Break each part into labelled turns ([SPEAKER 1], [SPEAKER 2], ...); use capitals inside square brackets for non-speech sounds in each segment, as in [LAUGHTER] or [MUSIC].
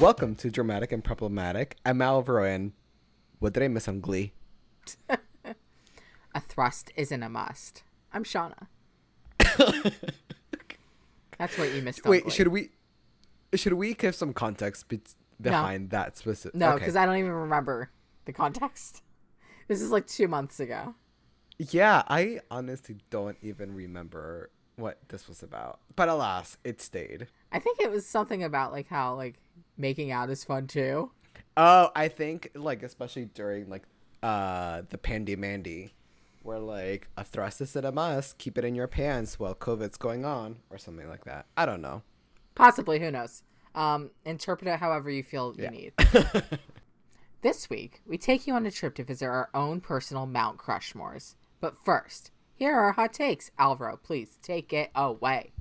[SPEAKER 1] Welcome to Dramatic and Problematic. I'm Al Veroyan. What did I miss on Glee?
[SPEAKER 2] A thrust isn't a must.
[SPEAKER 1] [LAUGHS]
[SPEAKER 2] I'm Shauna. That's what you missed. On
[SPEAKER 1] Wait,
[SPEAKER 2] Glee.
[SPEAKER 1] should we should we give some context be- behind that specific?
[SPEAKER 2] no? Because I don't even remember the context. [LAUGHS] This is like two months ago.
[SPEAKER 1] yeah, I honestly don't even remember what this was about. But alas, it stayed.
[SPEAKER 2] I think it was something about like how like making out is fun too.
[SPEAKER 1] Oh, I think like especially during like uh the pandy mandy, where like a thrust is in a must, keep it in your pants while COVID's going on or something like that. I don't know.
[SPEAKER 2] Possibly, who knows? Um, interpret it however you feel
[SPEAKER 1] [LAUGHS]
[SPEAKER 2] you need. this week, we take you on a trip to visit our own personal Mount Crushmores. But first, here are our hot takes. Alvaro, please take it away.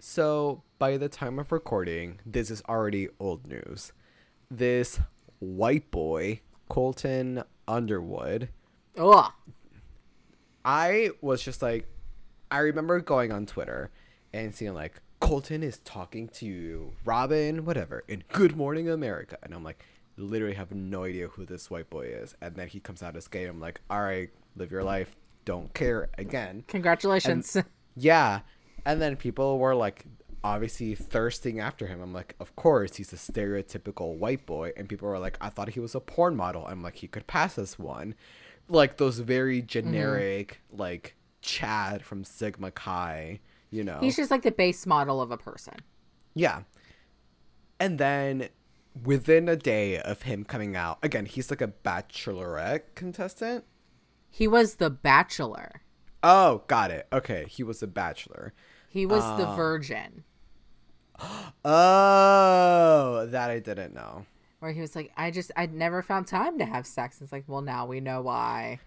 [SPEAKER 1] So by the time of recording, this is already old news. This white boy, Colton Underwood,
[SPEAKER 2] Ugh.
[SPEAKER 1] I was just like, I remember going on Twitter and seeing like Colton is talking to Robin, whatever, in Good Morning America, and I'm like, literally have no idea who this white boy is. And then he comes out as gay. I'm like, all right, live your life, don't care again.
[SPEAKER 2] Congratulations.
[SPEAKER 1] Yeah, and then people were like, obviously thirsting after him. I'm like, of course, he's a stereotypical white boy, and people were like, I thought he was a porn model. I'm like, he could pass as one, like those very generic like Chad from Sigma Chi, you know?
[SPEAKER 2] [LAUGHS] He's just like the base model of a person.
[SPEAKER 1] yeah, and then. Within a day of him coming out, again, he's like a bachelorette contestant.
[SPEAKER 2] He was the bachelor.
[SPEAKER 1] Oh, got it. Okay, he was a bachelor.
[SPEAKER 2] He was the virgin.
[SPEAKER 1] Oh, that I didn't know.
[SPEAKER 2] Where he was like, I just I'd never found time to have sex. It's like, well now we know why.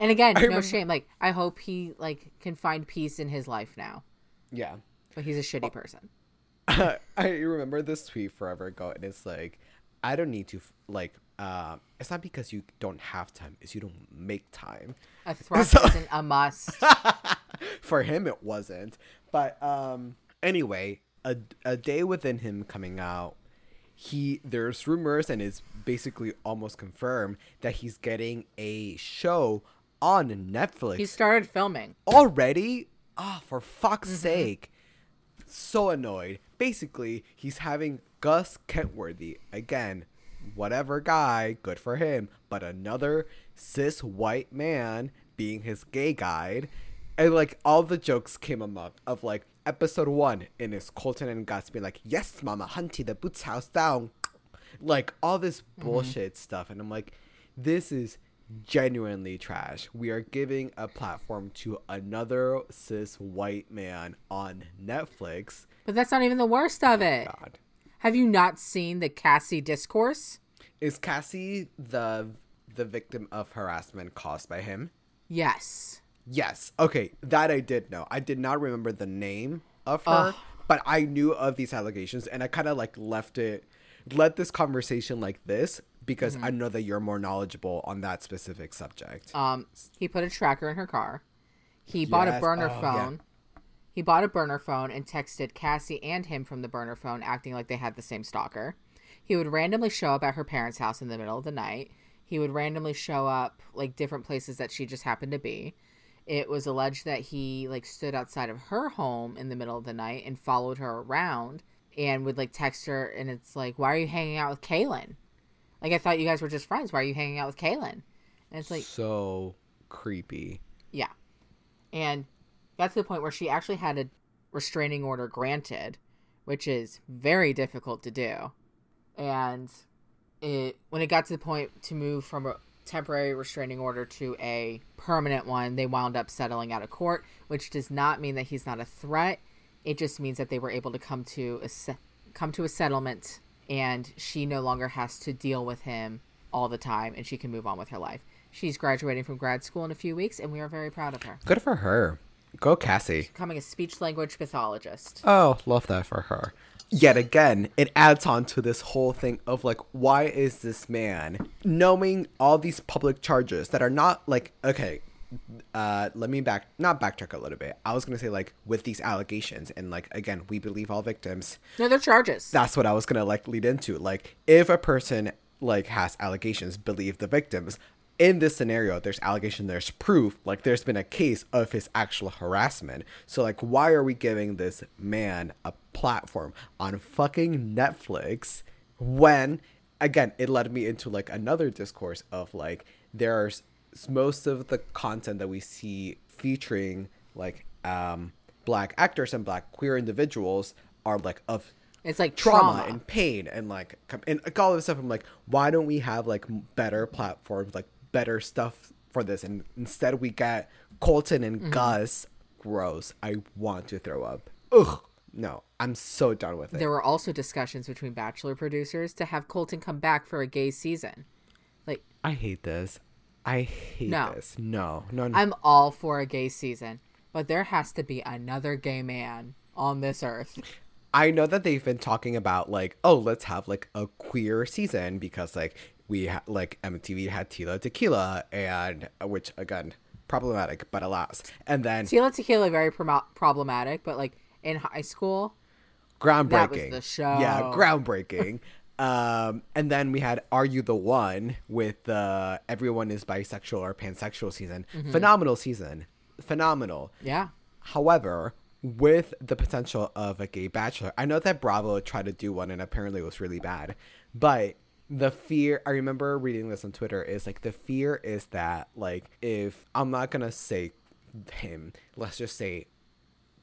[SPEAKER 2] and again, no shame. Like, I hope he like can find peace in his life now.
[SPEAKER 1] Yeah.
[SPEAKER 2] But he's a shitty person.
[SPEAKER 1] I remember this tweet forever ago, and it's like, I don't need to, f- like, uh, it's not because you don't have time, it's you don't make time.
[SPEAKER 2] A thrust isn't a must.
[SPEAKER 1] For him, it wasn't. But um, anyway, a, a day within him coming out, he there's rumors, and it's basically almost confirmed that he's getting a show on Netflix
[SPEAKER 2] He started filming.
[SPEAKER 1] already? Ah, for fuck's sake. So annoyed. Basically, he's having Gus Kentworthy again. Whatever guy, good for him, but another cis white man being his gay guide. And like all the jokes came up of like episode one and it's Colton and Gus being like, Yes, mama, hunty the boots house down. Like all this bullshit stuff. And I'm like, this is genuinely trash. We are giving a platform to another cis white man on Netflix.
[SPEAKER 2] But that's not even the worst of it.
[SPEAKER 1] God.
[SPEAKER 2] Have you not seen the Cassie discourse?
[SPEAKER 1] Is Cassie the the victim of harassment caused by him?
[SPEAKER 2] Yes.
[SPEAKER 1] Yes. Okay, that I did know. I did not remember the name of her, but I knew of these allegations and I kind of like left it let this conversation like this because I know that you're more knowledgeable on that specific subject.
[SPEAKER 2] Um, he put a tracker in her car. He bought a
[SPEAKER 1] Yes.
[SPEAKER 2] burner
[SPEAKER 1] Oh, yeah.
[SPEAKER 2] phone. He bought a burner phone and texted Cassie and him from the burner phone, acting like they had the same stalker. He would randomly show up at her parents' house in the middle of the night. He would randomly show up like different places that she just happened to be. It was alleged that he like stood outside of her home in the middle of the night and followed her around and would like text her and it's like, Why are you hanging out with Kaylin? Like I thought you guys were just friends. Why are you hanging out with Kaylin? And it's like
[SPEAKER 1] so creepy.
[SPEAKER 2] yeah. And that's the point where she actually had a restraining order granted, which is very difficult to do. And it when it got to the point to move from a temporary restraining order to a permanent one, they wound up settling out of court, which does not mean that he's not a threat. It just means that they were able to come to a se- come to a settlement and she no longer has to deal with him all the time and she can move on with her life. She's graduating from grad school in a few weeks and we are very proud of her.
[SPEAKER 1] Good for her. Go Cassie.
[SPEAKER 2] becoming a speech language pathologist.
[SPEAKER 1] Oh, love that for her. Yet again, it adds on to this whole thing of like, why is this man knowing all these public charges that are not like, okay, uh, let me back, not backtrack a little bit. I was gonna say like with these allegations and like again, we believe all victims.
[SPEAKER 2] no, they're charges.
[SPEAKER 1] That's what I was gonna like lead into. Like, if a person like has allegations, believe the victims. In this scenario, there's allegation, there's proof. Like, there's been a case of his actual harassment. So, like, why are we giving this man a platform on fucking Netflix when, again, it led me into like another discourse of like, there's most of the content that we see featuring like um black actors and black queer individuals are like of
[SPEAKER 2] it's like
[SPEAKER 1] trauma,
[SPEAKER 2] trauma.
[SPEAKER 1] and pain and like com- and like all this stuff. I'm like, why don't we have like m- better platforms, like better stuff for this? And instead, we get Colton and
[SPEAKER 2] Mm-hmm.
[SPEAKER 1] Gus. Gross. I want to throw up. Ugh. No, I'm so done with it.
[SPEAKER 2] there were also discussions between Bachelor producers to have Colton come back for a gay season. Like,
[SPEAKER 1] I hate this. I hate
[SPEAKER 2] No.
[SPEAKER 1] this. No, no, no.
[SPEAKER 2] I'm all for a gay season, but there has to be another gay man on this earth.
[SPEAKER 1] I know that they've been talking about like, oh, let's have like a queer season because like we ha- like MTV had Tila Tequila and which again problematic, but alas. And then
[SPEAKER 2] Tila Tequila very promo problematic, but like in high school,
[SPEAKER 1] groundbreaking.
[SPEAKER 2] That was the
[SPEAKER 1] Yeah,
[SPEAKER 2] show.
[SPEAKER 1] groundbreaking. [LAUGHS] um, and then we had "Are You the One" with uh, everyone is bisexual or pansexual season.
[SPEAKER 2] Mm-hmm.
[SPEAKER 1] Phenomenal season, phenomenal.
[SPEAKER 2] yeah.
[SPEAKER 1] However, with the potential of a gay bachelor, I know that Bravo tried to do one and apparently it was really bad. But the fear, I remember reading this on Twitter, is like the fear is that, like, if I'm not going to say him, let's just say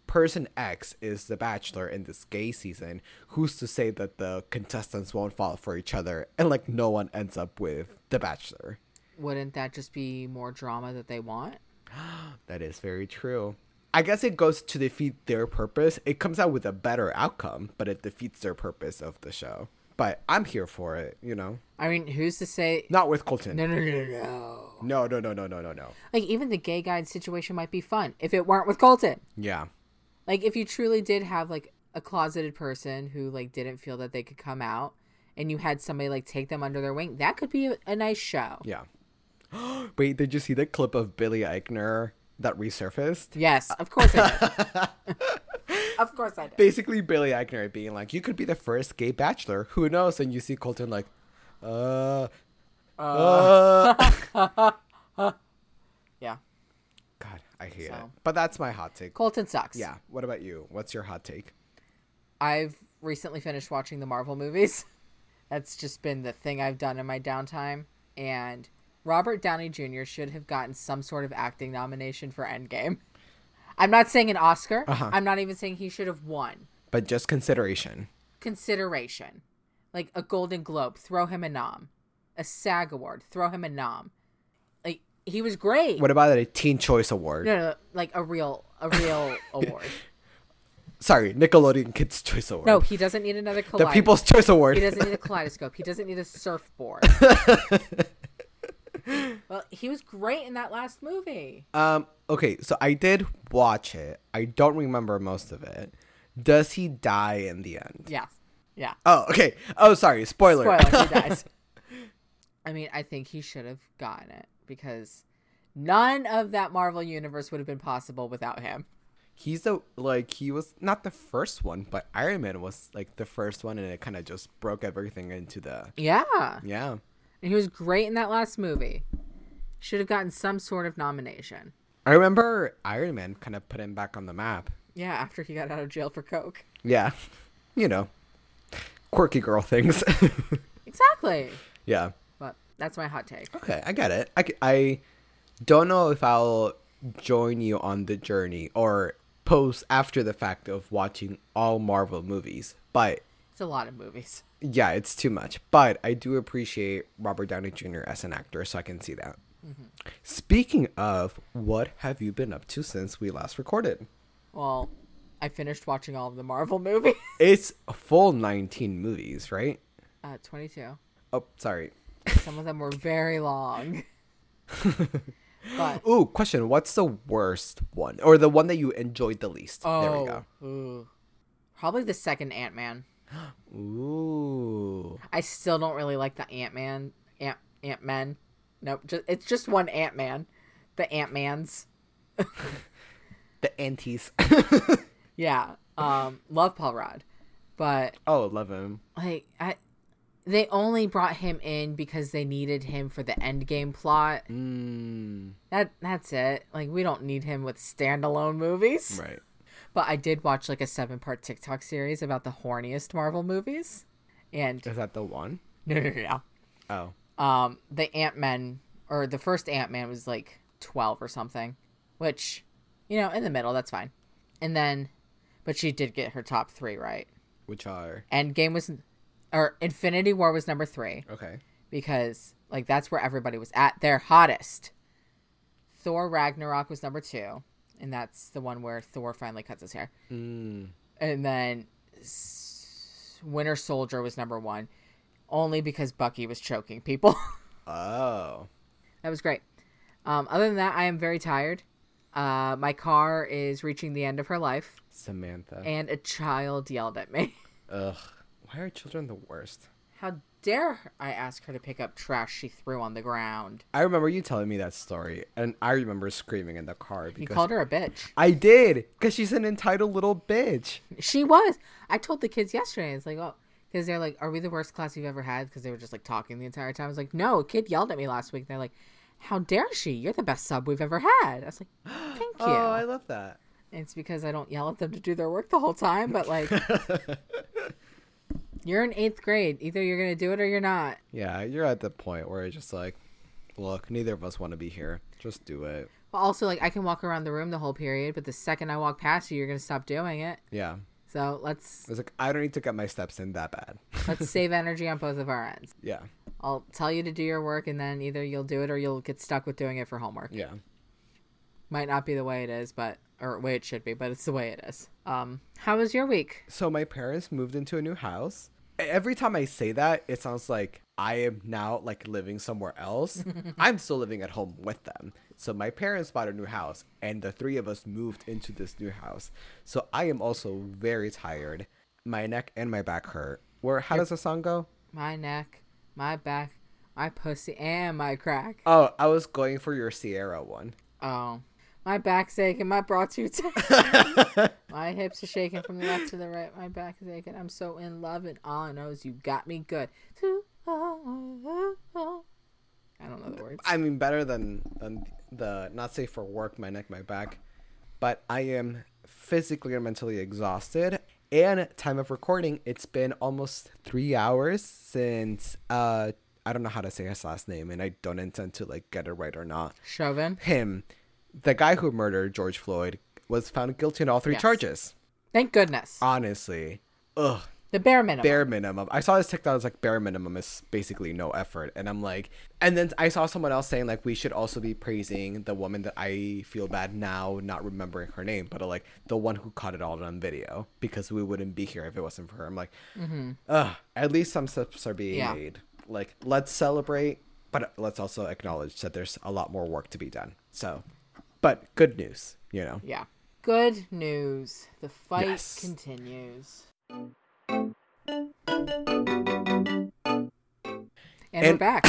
[SPEAKER 1] person X is the bachelor in this gay season, who's to say that the contestants won't fall for each other and, like, no one ends up with the bachelor?
[SPEAKER 2] Wouldn't that just be more drama that they want?
[SPEAKER 1] That is very true. I guess it goes to defeat their purpose. It comes out with a better outcome, but it defeats their purpose of the show. But I'm here for it, you know.
[SPEAKER 2] I mean, who's to say?
[SPEAKER 1] Not with Colton.
[SPEAKER 2] No, no, no, no, no.
[SPEAKER 1] No, no, no, no, no, no, no.
[SPEAKER 2] Like even the gay guide situation might be fun if it weren't with Colton.
[SPEAKER 1] Yeah.
[SPEAKER 2] Like if you truly did have like a closeted person who like didn't feel that they could come out and you had somebody like take them under their wing, that could be a, a nice show.
[SPEAKER 1] Yeah. [GASPS] Wait, did you see the clip of Billy Eichner that resurfaced?
[SPEAKER 2] Yes, of course I did. of course I did.
[SPEAKER 1] Basically, Billy Eichner being like, you could be the first gay bachelor. Who knows? And you see Colton like, uh, uh.
[SPEAKER 2] Yeah.
[SPEAKER 1] God, I hate it.
[SPEAKER 2] So.
[SPEAKER 1] But that's my hot take.
[SPEAKER 2] Colton sucks.
[SPEAKER 1] Yeah. What about you? What's your hot take?
[SPEAKER 2] I've recently finished watching the Marvel movies. [LAUGHS] That's just been the thing I've done in my downtime. And Robert Downey Jr. should have gotten some sort of acting nomination for Endgame. I'm not saying an Oscar. I'm not even saying he should have won.
[SPEAKER 1] But just consideration.
[SPEAKER 2] Consideration. Like a Golden Globe, throw him a nom. A SAG award, throw him a nom. Like he was great.
[SPEAKER 1] What about a Teen Choice Award?
[SPEAKER 2] no, no, no, like a real
[SPEAKER 1] [LAUGHS]
[SPEAKER 2] a real award.
[SPEAKER 1] Sorry, Nickelodeon Kids Choice Award.
[SPEAKER 2] No, he doesn't need another
[SPEAKER 1] the
[SPEAKER 2] kaleidoscope.
[SPEAKER 1] People's Choice Award.
[SPEAKER 2] He doesn't
[SPEAKER 1] [LAUGHS]
[SPEAKER 2] need a kaleidoscope. He doesn't need a surfboard. well, he was great in that last movie.
[SPEAKER 1] Um. Okay, so I did watch it. I don't remember most of it. Does he die in the end?
[SPEAKER 2] Yes. Yeah.
[SPEAKER 1] Oh, okay. Oh, sorry. Spoiler.
[SPEAKER 2] Spoiler, he dies. I mean, I think he should have gotten it because none of that Marvel universe would have been possible without him.
[SPEAKER 1] [LAUGHS] He's the like he was not the first one, but Iron Man was like the first one, and it kind of just broke everything into the
[SPEAKER 2] Yeah.
[SPEAKER 1] yeah.
[SPEAKER 2] And he was great in that last movie. Should have gotten some sort of nomination.
[SPEAKER 1] I remember Iron Man kind of put him back on the map.
[SPEAKER 2] Yeah, after he got out of jail for Coke.
[SPEAKER 1] Yeah, [LAUGHS] you know, quirky girl things. [LAUGHS]
[SPEAKER 2] Exactly.
[SPEAKER 1] yeah.
[SPEAKER 2] But that's my hot take.
[SPEAKER 1] Okay, I get it. I, c- I don't know if I'll join you on the journey or post after the fact of watching all Marvel movies, but
[SPEAKER 2] It's a lot of movies.
[SPEAKER 1] yeah, it's too much. But I do appreciate Robert Downey Jr. as an actor, so I can see that. Speaking of, what have you been up to since we last recorded?
[SPEAKER 2] Well, I finished watching all of the Marvel [LAUGHS] movies.
[SPEAKER 1] It's a full 19 movies, right?
[SPEAKER 2] Uh, 22.
[SPEAKER 1] Oh, sorry.
[SPEAKER 2] Some of them were very long. But
[SPEAKER 1] Ooh, question. What's the worst one or the one that you enjoyed the least?
[SPEAKER 2] oh,
[SPEAKER 1] There we go.
[SPEAKER 2] ooh. probably the second Ant Man.
[SPEAKER 1] Ooh.
[SPEAKER 2] I still don't really like the Ant Man, Ant Ant Men. Nope, just, it's just one Ant Man, the Ant Mans.
[SPEAKER 1] The antis. [LAUGHS]
[SPEAKER 2] Yeah, um, love Paul Rudd, but
[SPEAKER 1] oh, love him.
[SPEAKER 2] like I, they only brought him in because they needed him for the end game plot.
[SPEAKER 1] Mm,
[SPEAKER 2] That that's it. Like we don't need him with standalone movies.
[SPEAKER 1] right.
[SPEAKER 2] But I did watch like a seven part TikTok series about the horniest Marvel movies, and
[SPEAKER 1] Is that the one?
[SPEAKER 2] no no no. no.
[SPEAKER 1] Oh.
[SPEAKER 2] um the ant-man or the first ant-man was like 12 or something which you know in the middle that's fine and then but she did get her top three right
[SPEAKER 1] Which are.
[SPEAKER 2] endgame was or infinity war was number three
[SPEAKER 1] Okay.
[SPEAKER 2] because like that's where everybody was at their hottest thor ragnarok was number two and that's the one where thor finally cuts his hair
[SPEAKER 1] Mm,
[SPEAKER 2] and then S- winter soldier was number one only because bucky was choking people [LAUGHS]
[SPEAKER 1] oh.
[SPEAKER 2] That was great. Um, other than that, I am very tired. Uh, my car is reaching the end of her life,
[SPEAKER 1] Samantha.
[SPEAKER 2] and a child yelled at me. [LAUGHS]
[SPEAKER 1] Ugh. Why are children the worst?
[SPEAKER 2] How dare I ask her to pick up trash she threw on the ground?
[SPEAKER 1] I remember you telling me that story, and I remember screaming in the car
[SPEAKER 2] You
[SPEAKER 1] because
[SPEAKER 2] called her a bitch.
[SPEAKER 1] I did, because she's an entitled little bitch.
[SPEAKER 2] She was. I told the kids yesterday. It's like, oh, because they're like, are we the worst class you've ever had? Because they were just like talking the entire time. I was like, no, a kid yelled at me last week. They're like, how dare she? You're the best sub we've ever had. I
[SPEAKER 1] [GASPS]
[SPEAKER 2] was like, thank you.
[SPEAKER 1] Oh, I love that.
[SPEAKER 2] It's because I don't yell at them to do their work the whole time,
[SPEAKER 1] [LAUGHS]
[SPEAKER 2] but like you're in eighth grade. Either you're gonna do it or you're not.
[SPEAKER 1] Yeah, you're at the point where it's just like, look, neither of us want to be here. Just do it.
[SPEAKER 2] But also like I can walk around the room the whole period, but the second I walk past you, you're gonna stop doing it.
[SPEAKER 1] Yeah.
[SPEAKER 2] So let's
[SPEAKER 1] It's like, I don't need to get my steps in that bad. [LAUGHS]
[SPEAKER 2] let's save energy on both of our ends.
[SPEAKER 1] yeah.
[SPEAKER 2] I'll tell you to do your work and then either you'll do it or you'll get stuck with doing it for homework.
[SPEAKER 1] Yeah.
[SPEAKER 2] Might not be the way it is, but or way it should be, but it's the way it is. Um, how was your week?
[SPEAKER 1] So my parents moved into a new house. E- Every time I say that, it sounds like I am now like living somewhere else. I'm still living at home with them. So my parents bought a new house and the three of us moved into this new house. So I am also very tired. My neck and my back hurt. Where how does the song go?
[SPEAKER 2] My neck, my back, my pussy and my crack.
[SPEAKER 1] Oh, I was going for your Sierra one.
[SPEAKER 2] Oh, my back's aching. My bra too tight.
[SPEAKER 1] [LAUGHS]
[SPEAKER 2] my hips are shaking from the left to the right. My back is aching. I'm so in love, and all I know is you got me good. uh, I don't know the words.
[SPEAKER 1] I mean, better than than the not safe for work, my neck, my back. But I am physically and mentally exhausted. And at time of recording, it's been almost three hours since uh I don't know how to say his last name, and I don't intend to like get it right or not.
[SPEAKER 2] Chauvin.
[SPEAKER 1] Him, the guy who murdered George Floyd, was found guilty on all three
[SPEAKER 2] Yes.
[SPEAKER 1] charges.
[SPEAKER 2] Thank goodness.
[SPEAKER 1] Honestly, ugh,
[SPEAKER 2] The bare minimum.
[SPEAKER 1] bare minimum. I saw this TikTok. It's like bare minimum is basically no effort, and I'm like, and then I saw someone else saying like we should also be praising the woman that I feel bad now not remembering her name, but uh, like the one who caught it all on video because we wouldn't be here if it wasn't for her. I'm like, ugh. At least some steps are being
[SPEAKER 2] Yeah.
[SPEAKER 1] made. Like let's celebrate, but let's also acknowledge that there's a lot more work to be done. So, but good news, you know.
[SPEAKER 2] yeah. Good news. The fight
[SPEAKER 1] Yes.
[SPEAKER 2] continues. And, we're
[SPEAKER 1] And-
[SPEAKER 2] [LAUGHS] back.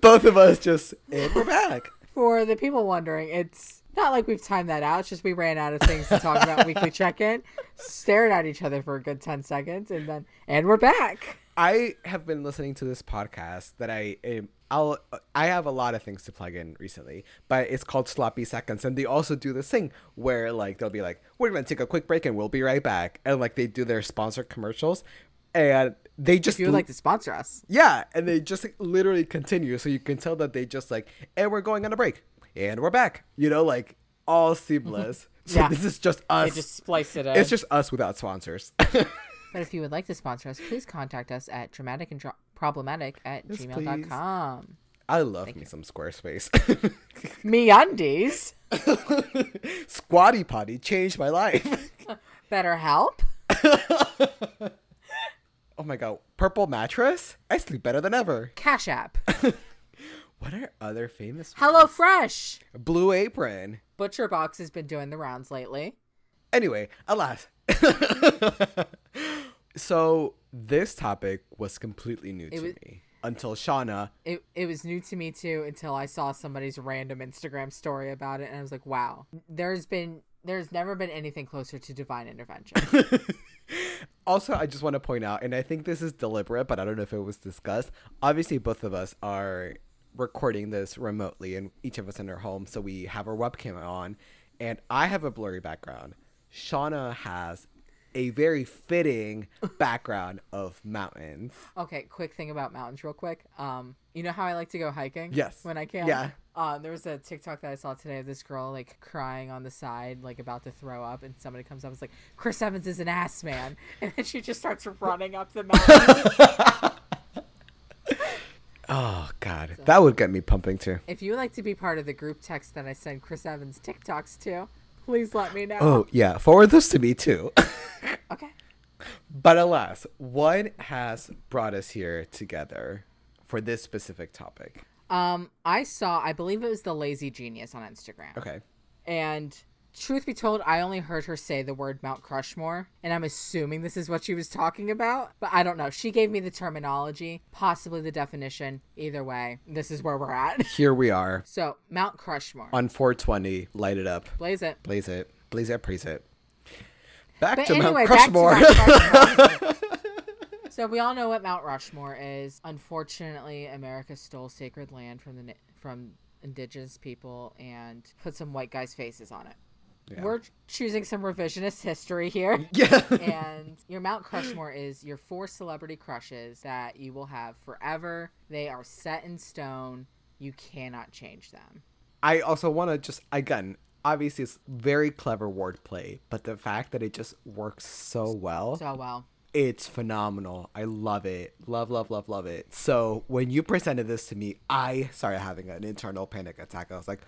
[SPEAKER 1] Both of us just and we're back.
[SPEAKER 2] For the people wondering, it's not like we've timed that out. It's just we ran out of things to talk about [LAUGHS] weekly check in, stared at each other for a good 10 seconds, and then, and we're back.
[SPEAKER 1] I have been listening to this podcast that I am. I'll, I have a lot of things to plug in recently, but it's called Sloppy Seconds, and they also do this thing where like they'll be like, "We're gonna take a quick break and we'll be right back," and like they do their sponsored commercials, and they just
[SPEAKER 2] If you would like to sponsor us,
[SPEAKER 1] yeah, and they just like, literally continue, so you can tell that they just like, and we're going on a break, and we're back, you know, like all seamless. [LAUGHS] So
[SPEAKER 2] Mm-hmm. Yeah.
[SPEAKER 1] this is just us.
[SPEAKER 2] splice it in.
[SPEAKER 1] it's just us without sponsors. [LAUGHS]
[SPEAKER 2] but if you would like to sponsor us, please contact us at dramatic and dra- problematic at gmail.com.
[SPEAKER 1] I love me some Squarespace. [LAUGHS]
[SPEAKER 2] Me undies.
[SPEAKER 1] Squatty potty changed my life. [LAUGHS]
[SPEAKER 2] Better help.
[SPEAKER 1] oh my god, purple mattress? I sleep better than ever.
[SPEAKER 2] Cash App.
[SPEAKER 1] What are other famous?
[SPEAKER 2] Hello Fresh.
[SPEAKER 1] Blue Apron.
[SPEAKER 2] Butcher Box has been doing the rounds lately.
[SPEAKER 1] Anyway, alas. [LAUGHS] so this topic was completely new to
[SPEAKER 2] was-
[SPEAKER 1] me until Shauna.
[SPEAKER 2] It it was new to me too until I saw somebody's random Instagram story about it and I was like, wow. There's been there's never been anything closer to divine
[SPEAKER 1] [LAUGHS]
[SPEAKER 2] intervention.
[SPEAKER 1] Also, I just want to point out, and I think this is deliberate, but I don't know if it was discussed. Obviously, both of us are recording this remotely, and each of us in our home, so we have our webcam on. And I have a blurry background. Shauna has a very [LAUGHS] fitting background of mountains.
[SPEAKER 2] Okay, quick thing about mountains, real quick. Um, you know how I like to go hiking?
[SPEAKER 1] Yes.
[SPEAKER 2] When I can.
[SPEAKER 1] Yeah.
[SPEAKER 2] Um, there was a TikTok that I saw today of this girl like crying on the side, like about to throw up, and somebody comes up and is like, "Chris Evans is an ass man," [LAUGHS] and then she just starts running up the mountain.
[SPEAKER 1] Oh God, that would get me pumping too.
[SPEAKER 2] if you would like to be part of the group text that I send Chris Evans TikToks to, please let me know.
[SPEAKER 1] Oh yeah, forward those to me too. [LAUGHS]
[SPEAKER 2] Okay.
[SPEAKER 1] but alas, what has brought us here together for this specific topic?
[SPEAKER 2] Um, I saw, I believe it was the Lazy Genius on Instagram.
[SPEAKER 1] Okay.
[SPEAKER 2] And truth be told, I only heard her say the word Mount Crushmore, and I'm assuming this is what she was talking about, but I don't know. She gave me the terminology, possibly the definition. Either way, this is where we're at. [LAUGHS]
[SPEAKER 1] Here we are
[SPEAKER 2] so, Mount Crushmore.
[SPEAKER 1] on 420. Light it up,
[SPEAKER 2] Blaze it.
[SPEAKER 1] blaze it, blaze it, praise it. Back
[SPEAKER 2] But
[SPEAKER 1] to
[SPEAKER 2] anyway,
[SPEAKER 1] Mount Crushmore.
[SPEAKER 2] back to Mount Crushmore. so we all know what Mount Rushmore is. Unfortunately, America stole sacred land from the ni- from indigenous people and put some white guys' faces on it. We're choosing some revisionist history here.
[SPEAKER 1] [LAUGHS] yeah.
[SPEAKER 2] and your Mount Crushmore is your four celebrity crushes that you will have forever. They are set in stone. You cannot change them.
[SPEAKER 1] [LAUGHS] I also want to just again. Obviously, it's very clever wordplay, but the fact that it just works so well.
[SPEAKER 2] So well.
[SPEAKER 1] It's phenomenal. I love it. Love, love, love, love it. So when you presented this to me, I started having an internal panic attack. I was like,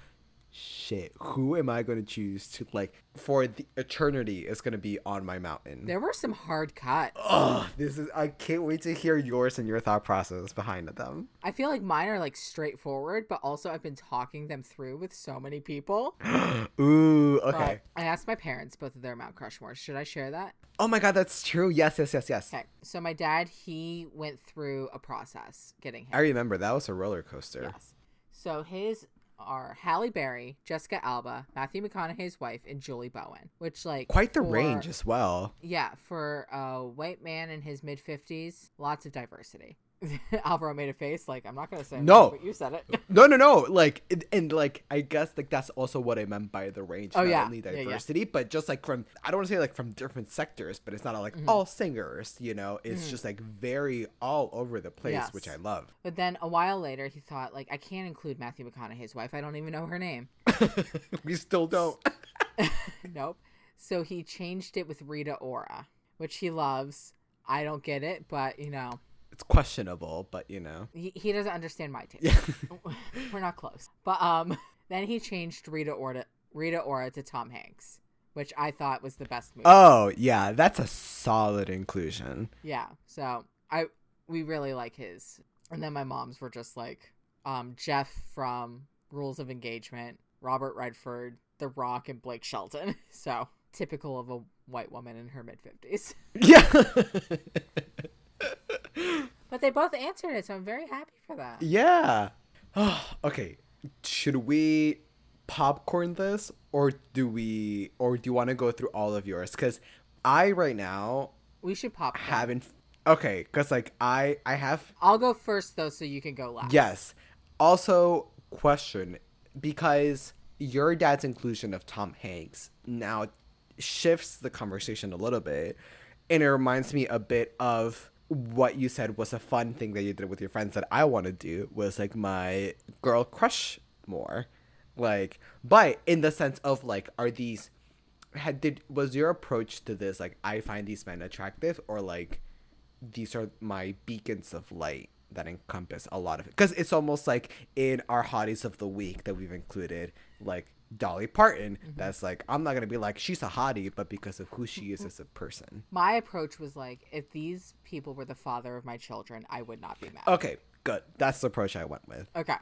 [SPEAKER 1] shit, who am I going to choose to like for the eternity is going to be on my mountain?
[SPEAKER 2] There were some hard cuts.
[SPEAKER 1] Oh, this is, I can't wait to hear yours and your thought process behind them.
[SPEAKER 2] I feel like mine are like straightforward, but also I've been talking them through with so many people.
[SPEAKER 1] Ooh,
[SPEAKER 2] But
[SPEAKER 1] okay.
[SPEAKER 2] I asked my parents both of their Mount Crushmore. Should I share that?
[SPEAKER 1] Oh my God, that's true. Yes, yes, yes, yes.
[SPEAKER 2] Okay. So my dad, he went through a process getting him.
[SPEAKER 1] I remember that was a roller coaster.
[SPEAKER 2] Yes. So his are Halle Berry, Jessica Alba, Matthew McConaughey's wife, and Julie Bowen, which like
[SPEAKER 1] Quite the
[SPEAKER 2] for-
[SPEAKER 1] range as well.
[SPEAKER 2] Yeah, for a white man in his mid fifties, lots of diversity. [LAUGHS] Alvaro made a face like I'm not gonna say
[SPEAKER 1] No.
[SPEAKER 2] much, but you said
[SPEAKER 1] [LAUGHS]
[SPEAKER 2] it.
[SPEAKER 1] No, no, no. Like, and- and like, I guess like that's also what I meant by the range.
[SPEAKER 2] Oh,
[SPEAKER 1] not
[SPEAKER 2] yeah.
[SPEAKER 1] only
[SPEAKER 2] Yeah, yeah.
[SPEAKER 1] diversity, but just like from I don't want to say like from different sectors, but it's not like
[SPEAKER 2] Mm-hmm.
[SPEAKER 1] all singers. You know, it's just like very all over the place,
[SPEAKER 2] Yes.
[SPEAKER 1] which I love. [LAUGHS]
[SPEAKER 2] but then a while later, he thought like I can't include Matthew McConaughey's wife. I don't even know her name. [LAUGHS]
[SPEAKER 1] we still don't.
[SPEAKER 2] nope. So he changed it with Rita Ora, which he loves. I don't get it, but you know.
[SPEAKER 1] It's questionable, but you know. [LAUGHS]
[SPEAKER 2] he, he doesn't understand my taste.
[SPEAKER 1] Yeah.
[SPEAKER 2] [LAUGHS] We're not close. But um, [LAUGHS] then he changed Rita Ora Rita Ora to Tom Hanks, which I thought was the best move.
[SPEAKER 1] Oh yeah, that's a solid inclusion.
[SPEAKER 2] yeah. So I we really like his. And then my moms were just like um Jeff from Rules of Engagement, Robert Redford, The Rock, and Blake Shelton. [LAUGHS] So typical of a white woman in her mid fifties.
[SPEAKER 1] Yeah.
[SPEAKER 2] [LAUGHS] But they both answered it, so I'm very happy for
[SPEAKER 1] [LAUGHS]
[SPEAKER 2] that.
[SPEAKER 1] yeah. [SIGHS] okay. Should we popcorn this or do we or do you want to go through all of yours cuz I right now
[SPEAKER 2] We should pop.
[SPEAKER 1] haven't okay because like i i have
[SPEAKER 2] I'll go first though, so you can go last.
[SPEAKER 1] yes also question because your dad's inclusion of tom hanks now shifts the conversation a little bit and it reminds me a bit of what you said was a fun thing that you did with your friends that i want to do was like my girl crush more like but in the sense of like are these had did was your approach to this like i find these men attractive or like these are my beacons of light that encompass a lot of it because it's almost like in our hotties of the week that we've included like dolly parton
[SPEAKER 2] Mm-hmm.
[SPEAKER 1] that's like i'm not gonna be like she's a hottie but because of who she is
[SPEAKER 2] Mm-hmm.
[SPEAKER 1] as a person
[SPEAKER 2] My approach was like, if these people were the father of my children, I would not be mad.
[SPEAKER 1] okay good that's the approach i went with
[SPEAKER 2] Okay.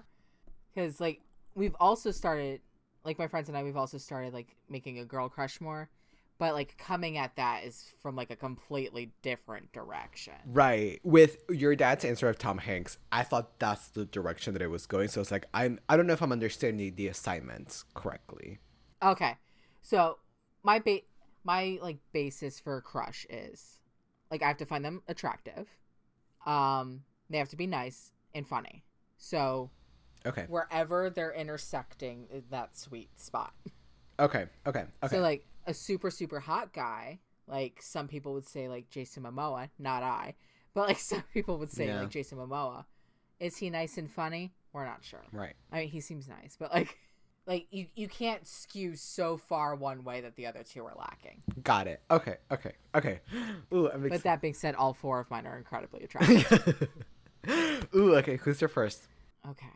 [SPEAKER 2] because like we've also started like my friends and i we've also started like making a girl crush more but like coming at that is from like a completely different direction
[SPEAKER 1] Right. With your dad's answer of Tom Hanks, I thought that's the direction that it was going. So it's like I'm I don't know if I'm understanding the assignments correctly.
[SPEAKER 2] okay so my ba- my like basis for a crush is like i have to find them attractive um they have to be nice and funny so
[SPEAKER 1] Okay.
[SPEAKER 2] wherever they're intersecting is that sweet spot
[SPEAKER 1] Okay. Okay. Okay.
[SPEAKER 2] So like a super super hot guy, like some people would say like Jason Momoa, not I, but like [LAUGHS] some people would say
[SPEAKER 1] Yeah.
[SPEAKER 2] like Jason Momoa. Is he nice and funny? We're not sure.
[SPEAKER 1] right.
[SPEAKER 2] I mean, he seems nice, but like [LAUGHS] like you you can't skew so far one way that the other two are lacking.
[SPEAKER 1] Got it. Okay. Okay. Okay. [GASPS] Ooh, I'm
[SPEAKER 2] But
[SPEAKER 1] ex-
[SPEAKER 2] that being said, all four of mine are
[SPEAKER 1] [LAUGHS]
[SPEAKER 2] incredibly attractive.
[SPEAKER 1] Ooh, okay. Who's your first?
[SPEAKER 2] okay.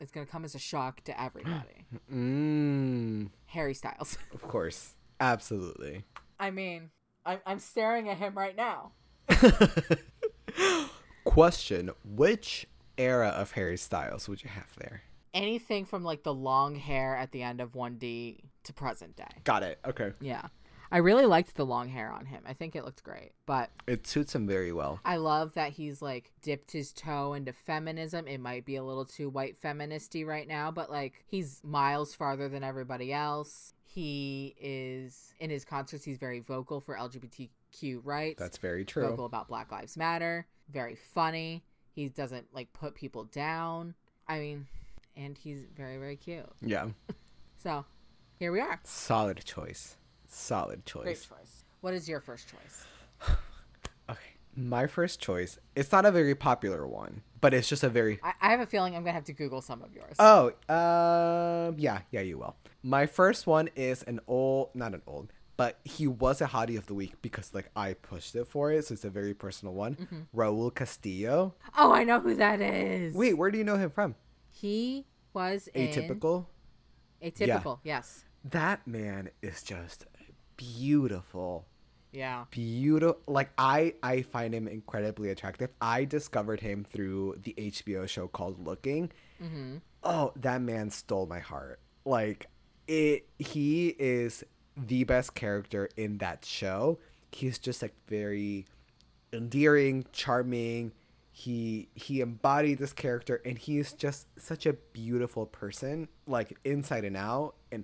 [SPEAKER 2] It's going to come as a shock to
[SPEAKER 1] [GASPS]
[SPEAKER 2] everybody.
[SPEAKER 1] Mmm.
[SPEAKER 2] Harry Styles. [LAUGHS]
[SPEAKER 1] Of course. Absolutely. [LAUGHS]
[SPEAKER 2] I mean, I'm, I'm staring at him right now.
[SPEAKER 1] Question, which era of Harry Styles would you have there?
[SPEAKER 2] anything from like the long hair at the end of 1D to present day.
[SPEAKER 1] Got it. Okay.
[SPEAKER 2] Yeah. I really liked the long hair on him. I think it looked great. But
[SPEAKER 1] It suits him very well.
[SPEAKER 2] I love that he's like dipped his toe into feminism. It might be a little too white feministy right now, but like he's miles farther than everybody else. He is in his concerts, he's very vocal for LGBTQ rights.
[SPEAKER 1] That's very
[SPEAKER 2] vocal
[SPEAKER 1] true.
[SPEAKER 2] about Black Lives Matter. Very funny. He doesn't like put people down. I mean, and he's very, very cute.
[SPEAKER 1] Yeah.
[SPEAKER 2] So here we are.
[SPEAKER 1] Solid choice. Solid choice.
[SPEAKER 2] choice. What is your first choice?
[SPEAKER 1] Okay. My first choice. It's not a very popular one, but it's just a very
[SPEAKER 2] I, I have a feeling I'm gonna have to Google some of yours.
[SPEAKER 1] Oh, um, yeah, yeah, you will. My first one is an old, not an old, but he was a hottie of the week because like I pushed it for it, so it's a very personal one. Raul Castillo.
[SPEAKER 2] oh, I know who that is.
[SPEAKER 1] Wait, where do you know him from?
[SPEAKER 2] he was in
[SPEAKER 1] Atypical.
[SPEAKER 2] Atypical. Yes.
[SPEAKER 1] That man is just beautiful.
[SPEAKER 2] Yeah.
[SPEAKER 1] beautiful like i i find him incredibly attractive i discovered him through the hbo show called looking oh that man stole my heart like it he is the best character in that show he's just like very endearing charming he he embodied this character and he is just such a beautiful person like inside and out and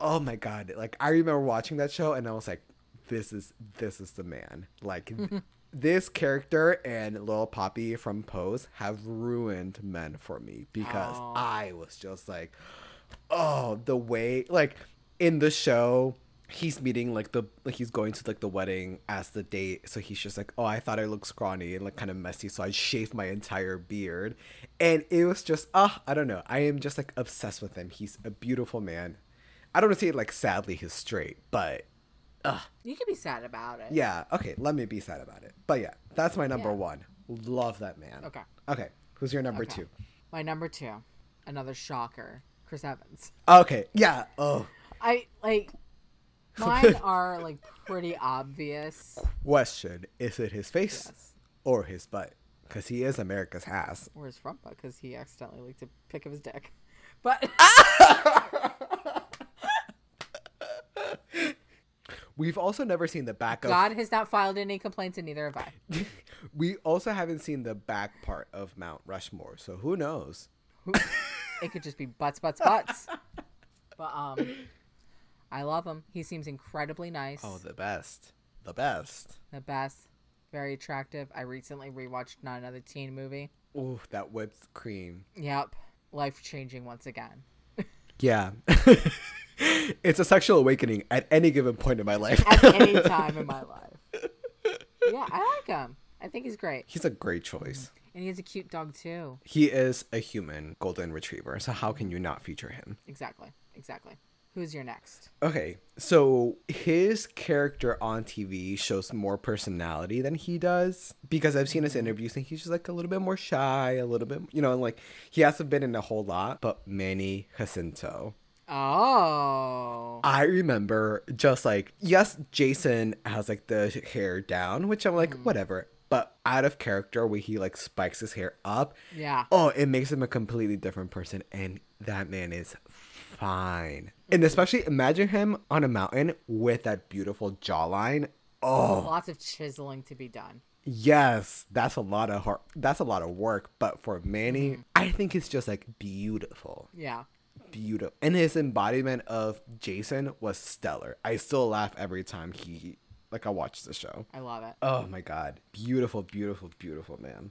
[SPEAKER 1] oh my god like i remember watching that show and i was like this is this is the man like th- this character and little poppy from pose have ruined men for me because
[SPEAKER 2] Aw.
[SPEAKER 1] i was just like oh the way like in the show he's meeting like the like he's going to like the wedding as the date so he's just like oh i thought i looked scrawny and like kind of messy so i shaved my entire beard and it was just ah i don't know i am just like obsessed with him he's a beautiful man i don't want to say like sadly he's straight but
[SPEAKER 2] You can be sad about it.
[SPEAKER 1] yeah okay let me be sad about it but yeah that's my number
[SPEAKER 2] Yeah.
[SPEAKER 1] one love that man
[SPEAKER 2] Okay.
[SPEAKER 1] okay who's your number
[SPEAKER 2] Okay.
[SPEAKER 1] two
[SPEAKER 2] My number two, another shocker, Chris Evans.
[SPEAKER 1] okay yeah oh
[SPEAKER 2] I
[SPEAKER 1] [LAUGHS]
[SPEAKER 2] like. Mine are like pretty obvious.
[SPEAKER 1] question is it his face
[SPEAKER 2] Yes.
[SPEAKER 1] or his butt because he is america's ass
[SPEAKER 2] Or his rumpa, because he accidentally leaked a pic of his dick.
[SPEAKER 1] [LAUGHS]
[SPEAKER 2] But
[SPEAKER 1] Oh. we've also never seen the back of
[SPEAKER 2] God has not filed any complaints, and neither have I.
[SPEAKER 1] we also haven't seen the back part of mount rushmore so who knows
[SPEAKER 2] it could just be butts, butts,
[SPEAKER 1] [LAUGHS]
[SPEAKER 2] butts. but um, I love him. He seems incredibly nice.
[SPEAKER 1] oh the best the best
[SPEAKER 2] the best. Very attractive. I recently rewatched Not Another Teen movie.
[SPEAKER 1] Ooh, that whipped cream
[SPEAKER 2] Yep, life changing once again. [LAUGHS]
[SPEAKER 1] yeah [LAUGHS] it's a sexual awakening at any given point in my life
[SPEAKER 2] At any time in my life. Yeah, I like him. I think he's great,
[SPEAKER 1] he's a great choice
[SPEAKER 2] and he has a cute dog too.
[SPEAKER 1] he is a human golden retriever so how can you not feature him
[SPEAKER 2] Exactly. Exactly. Who's your next?
[SPEAKER 1] Okay, so his character on TV shows more personality than he does because I've seen his interviews and he's just like a little bit more shy, a little bit, you know, and like he hasn't been in a whole lot. But Manny Jacinto,
[SPEAKER 2] Oh,
[SPEAKER 1] I remember just like, yes, Jason has like the hair down, which I'm like, whatever. But out of character, where he like spikes his hair up,
[SPEAKER 2] yeah.
[SPEAKER 1] oh, it makes him a completely different person. And that man is fine. And especially imagine him on a mountain with that beautiful jawline. Oh,
[SPEAKER 2] Lots of chiseling to be done.
[SPEAKER 1] yes, that's a lot of hard, that's a lot of work, but for Manny, I think it's just like beautiful.
[SPEAKER 2] Yeah.
[SPEAKER 1] Beautiful. And his embodiment of Jason was stellar. I still laugh every time he like I watch the show.
[SPEAKER 2] I love it.
[SPEAKER 1] Oh my god. Beautiful, beautiful, beautiful man.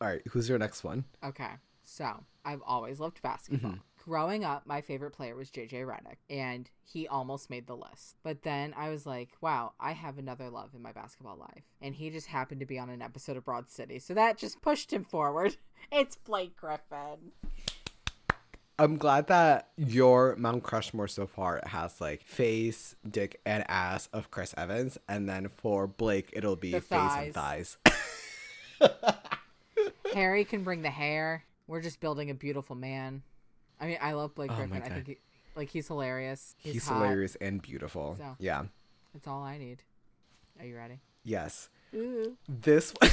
[SPEAKER 1] All right, who's your next one?
[SPEAKER 2] Okay. So I've always loved basketball.
[SPEAKER 1] Mm-hmm.
[SPEAKER 2] Growing up, my favorite player was JJ Redick, and he almost made the list. But then I was like, wow, I have another love in my basketball life. And he just happened to be on an episode of Broad City. So that just pushed him forward. [LAUGHS] It's Blake Griffin.
[SPEAKER 1] I'm glad that your Mount Crushmore so far has like face, dick, and ass of Chris Evans, and then for Blake it'll be
[SPEAKER 2] The
[SPEAKER 1] face and thighs.
[SPEAKER 2] Harry can bring the hair. We're just building a beautiful man. I mean, I love Blake Griffin. I
[SPEAKER 1] Oh God.
[SPEAKER 2] think he, like he's hilarious. He's,
[SPEAKER 1] He's
[SPEAKER 2] hot.
[SPEAKER 1] hilarious and beautiful.
[SPEAKER 2] So.
[SPEAKER 1] Yeah.
[SPEAKER 2] That's all I need. Are you ready?
[SPEAKER 1] Yes.
[SPEAKER 2] Mm-hmm.
[SPEAKER 1] This [LAUGHS]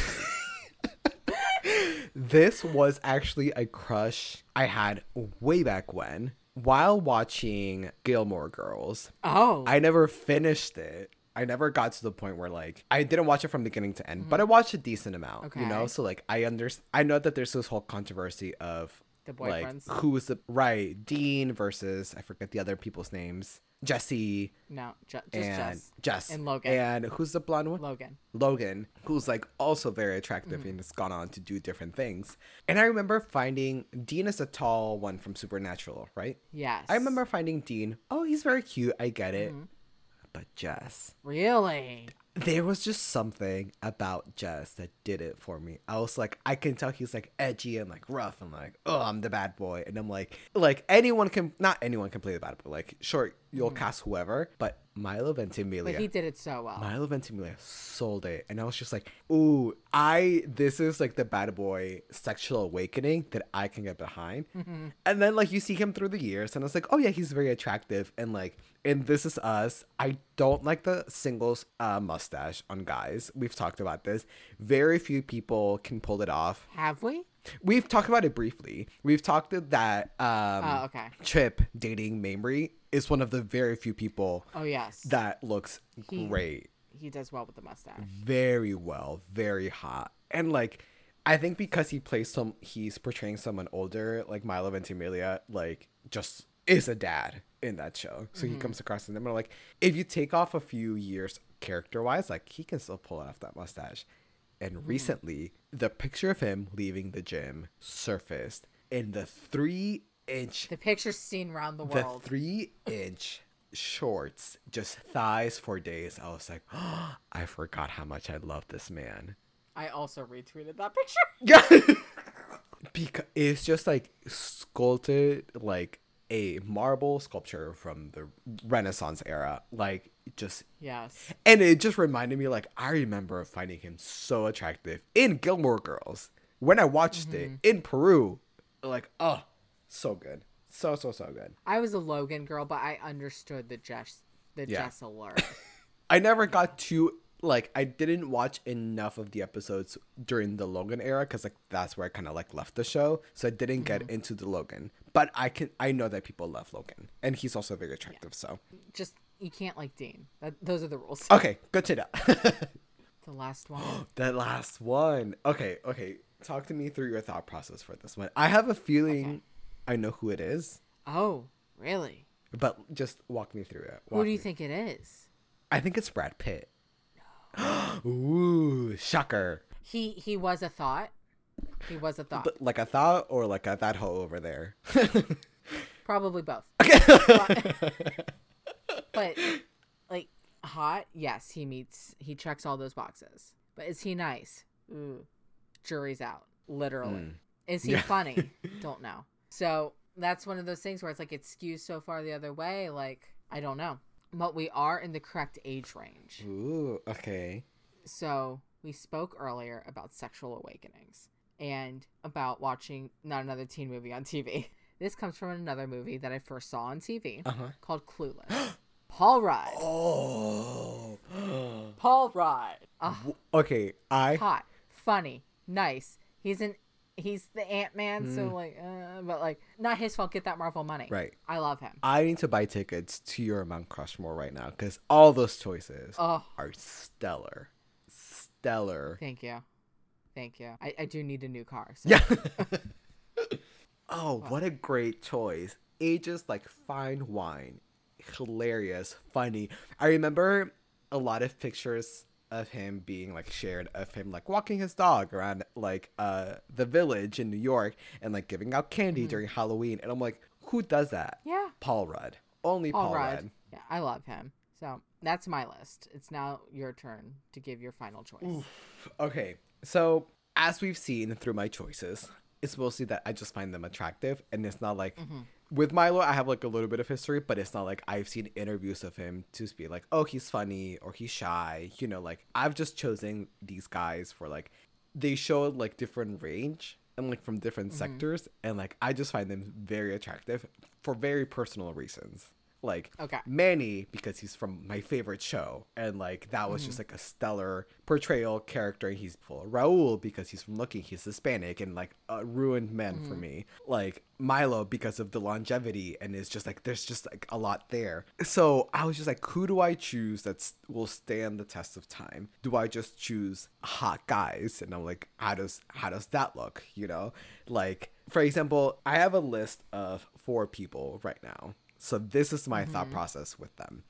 [SPEAKER 1] This was actually a crush I had way back when while watching Gilmore Girls.
[SPEAKER 2] Oh,
[SPEAKER 1] I never finished it. I never got to the point where like I didn't watch it from beginning to end, but I watched a decent amount. You know,
[SPEAKER 2] Mm-hmm. Okay.
[SPEAKER 1] so like I under I know that there's this whole controversy of
[SPEAKER 2] The
[SPEAKER 1] like
[SPEAKER 2] boyfriends.
[SPEAKER 1] who is the right Dean versus I forget the other people's names, Jesse
[SPEAKER 2] no, ju- just
[SPEAKER 1] and
[SPEAKER 2] Jess.
[SPEAKER 1] Jess
[SPEAKER 2] And Logan.
[SPEAKER 1] and who's the blonde one?
[SPEAKER 2] Logan.
[SPEAKER 1] Logan, who's like also very attractive
[SPEAKER 2] Mm-hmm.
[SPEAKER 1] and has gone on to do different things. And I remember finding Dean is a tall one from Supernatural, right?
[SPEAKER 2] Yes.
[SPEAKER 1] I remember finding Dean. Oh, he's very cute. I get it.
[SPEAKER 2] Mm-hmm.
[SPEAKER 1] But Jess,
[SPEAKER 2] Really?
[SPEAKER 1] there was just something about Jess that did it for me. I was like, I can tell he's like edgy and like rough and like, oh, I'm the bad boy. And I'm like, like anyone can, not anyone can play the bad boy. Like, sure, you'll cast whoever, but Milo Ventimiglia.
[SPEAKER 2] Mm-hmm. But he did it so well.
[SPEAKER 1] Milo Ventimiglia sold it, and I was just like, "Ooh, I this is like the bad boy sexual awakening that I can get behind."
[SPEAKER 2] Mm-hmm.
[SPEAKER 1] And then like you see him through the years, and I was like, "Oh yeah, he's very attractive." And like in This Is Us, I don't like the singles uh, mustache on guys. We've talked about this. Very few people can pull it off.
[SPEAKER 2] Have we?
[SPEAKER 1] We've talked about it briefly. We've talked that um,
[SPEAKER 2] Oh, okay.
[SPEAKER 1] Chip dating Mamrie is one of the very few people
[SPEAKER 2] Oh, yes.
[SPEAKER 1] that looks
[SPEAKER 2] He-
[SPEAKER 1] great
[SPEAKER 2] he does well with the mustache.
[SPEAKER 1] Mm. very well, very hot. And like I think because he plays some he's portraying someone older, like Milo Ventimiglia, like just is a dad in that show. So he comes across in them and like if you take off a few years character wise, like he can still pull off that mustache. And recently, the picture of him leaving the gym surfaced in the three inch
[SPEAKER 2] The picture's seen round the
[SPEAKER 1] the
[SPEAKER 2] world.
[SPEAKER 1] three inch shorts, just thighs for days. I was like, [GASPS] I forgot how much I love this man.
[SPEAKER 2] I also retweeted that [LAUGHS] picture.
[SPEAKER 1] Yeah. because it's just like sculpted like a marble sculpture from the Renaissance era. Like just
[SPEAKER 2] Yes.
[SPEAKER 1] and it just reminded me like I remember finding him so attractive in Gilmore Girls when I watched it in Peru. Like, oh, so good. So so so good.
[SPEAKER 2] I was a Logan girl, but I understood the Jess the
[SPEAKER 1] Yeah. [LAUGHS]
[SPEAKER 2] Jess alert.
[SPEAKER 1] I never got to like I didn't watch enough of the episodes during the Logan era because like that's where I kind of like left the show, so I didn't get into the Logan. But I can I know that people love Logan, and he's also very attractive. So
[SPEAKER 2] Just you can't like Dean. That, those are the
[SPEAKER 1] [GASPS]
[SPEAKER 2] rules.
[SPEAKER 1] okay, good to know. [LAUGHS]
[SPEAKER 2] The last one.
[SPEAKER 1] the last one. Okay, okay. Talk to me through your thought process for this one. I have a feeling I know who it is,
[SPEAKER 2] oh, really?
[SPEAKER 1] but just walk me through it.
[SPEAKER 2] Who
[SPEAKER 1] Walk
[SPEAKER 2] do you
[SPEAKER 1] me-
[SPEAKER 2] think it is?
[SPEAKER 1] I think it's Brad [GASPS] Pitt. Ooh, shocker.
[SPEAKER 2] He he was a thought. He was a thought.
[SPEAKER 1] But like a thought or like a that hoe over there.
[SPEAKER 2] Probably both. But, but, like hot, yes, he meets he checks all those boxes. But is he nice? Ooh. Jury's out, literally. Is he
[SPEAKER 1] Yeah.
[SPEAKER 2] funny? don't know. So that's one of those things where it's like it skews so far the other way, like I don't know. But we are in the correct age range.
[SPEAKER 1] Ooh, okay.
[SPEAKER 2] So we spoke earlier about sexual awakenings and about watching not another teen movie on TV. This comes from another movie that I first saw on TV
[SPEAKER 1] Uh-huh.
[SPEAKER 2] called Clueless. Paul Rudd.
[SPEAKER 1] Oh. [GASPS]
[SPEAKER 2] Paul Rudd. Ah,
[SPEAKER 1] okay, I
[SPEAKER 2] hot, funny, nice. He's an he's the Ant Man, so like, uh, but like, not his fault. Get that Marvel money.
[SPEAKER 1] Hmm. Right.
[SPEAKER 2] I love him.
[SPEAKER 1] I need to buy tickets to your Mount Rushmore right now because all those choices
[SPEAKER 2] Oh,
[SPEAKER 1] are stellar, stellar.
[SPEAKER 2] thank you, thank you. I, I do need a new car. So.
[SPEAKER 1] Yeah. oh, what a great choice. Ages like fine wine. Hilarious, funny. I remember a lot of pictures of him being like shared of him like walking his dog around like uh the village in New York and like giving out candy during Halloween and I'm like, who does that?
[SPEAKER 2] Yeah.
[SPEAKER 1] Paul Rudd. Only Paul,
[SPEAKER 2] All right.
[SPEAKER 1] Rudd.
[SPEAKER 2] Yeah, I love him. So that's my list. It's now your turn to give your final choice.
[SPEAKER 1] Okay, so as we've seen through my choices, it's mostly that I just find them attractive, and it's not like with Milo, I have like a little bit of history, but it's not like I've seen interviews of him to be like, oh, he's funny or he's shy. You know, like I've just chosen these guys for like they show like different range and like from different sectors, and like I just find them very attractive for very personal reasons. Like
[SPEAKER 2] Okay.
[SPEAKER 1] Manny because he's from my favorite show and like that was just like a stellar portrayal character and he's full. Raul because he's from looking he's Hispanic and like a ruined man for me. Like Milo because of the longevity and it's just like there's just like a lot there. So I was just like who do I choose that will stand the test of time? Do I just choose hot guys? And I'm like how does how does that look, you know? Like for example, I have a list of four people right now. So this is my thought process with them.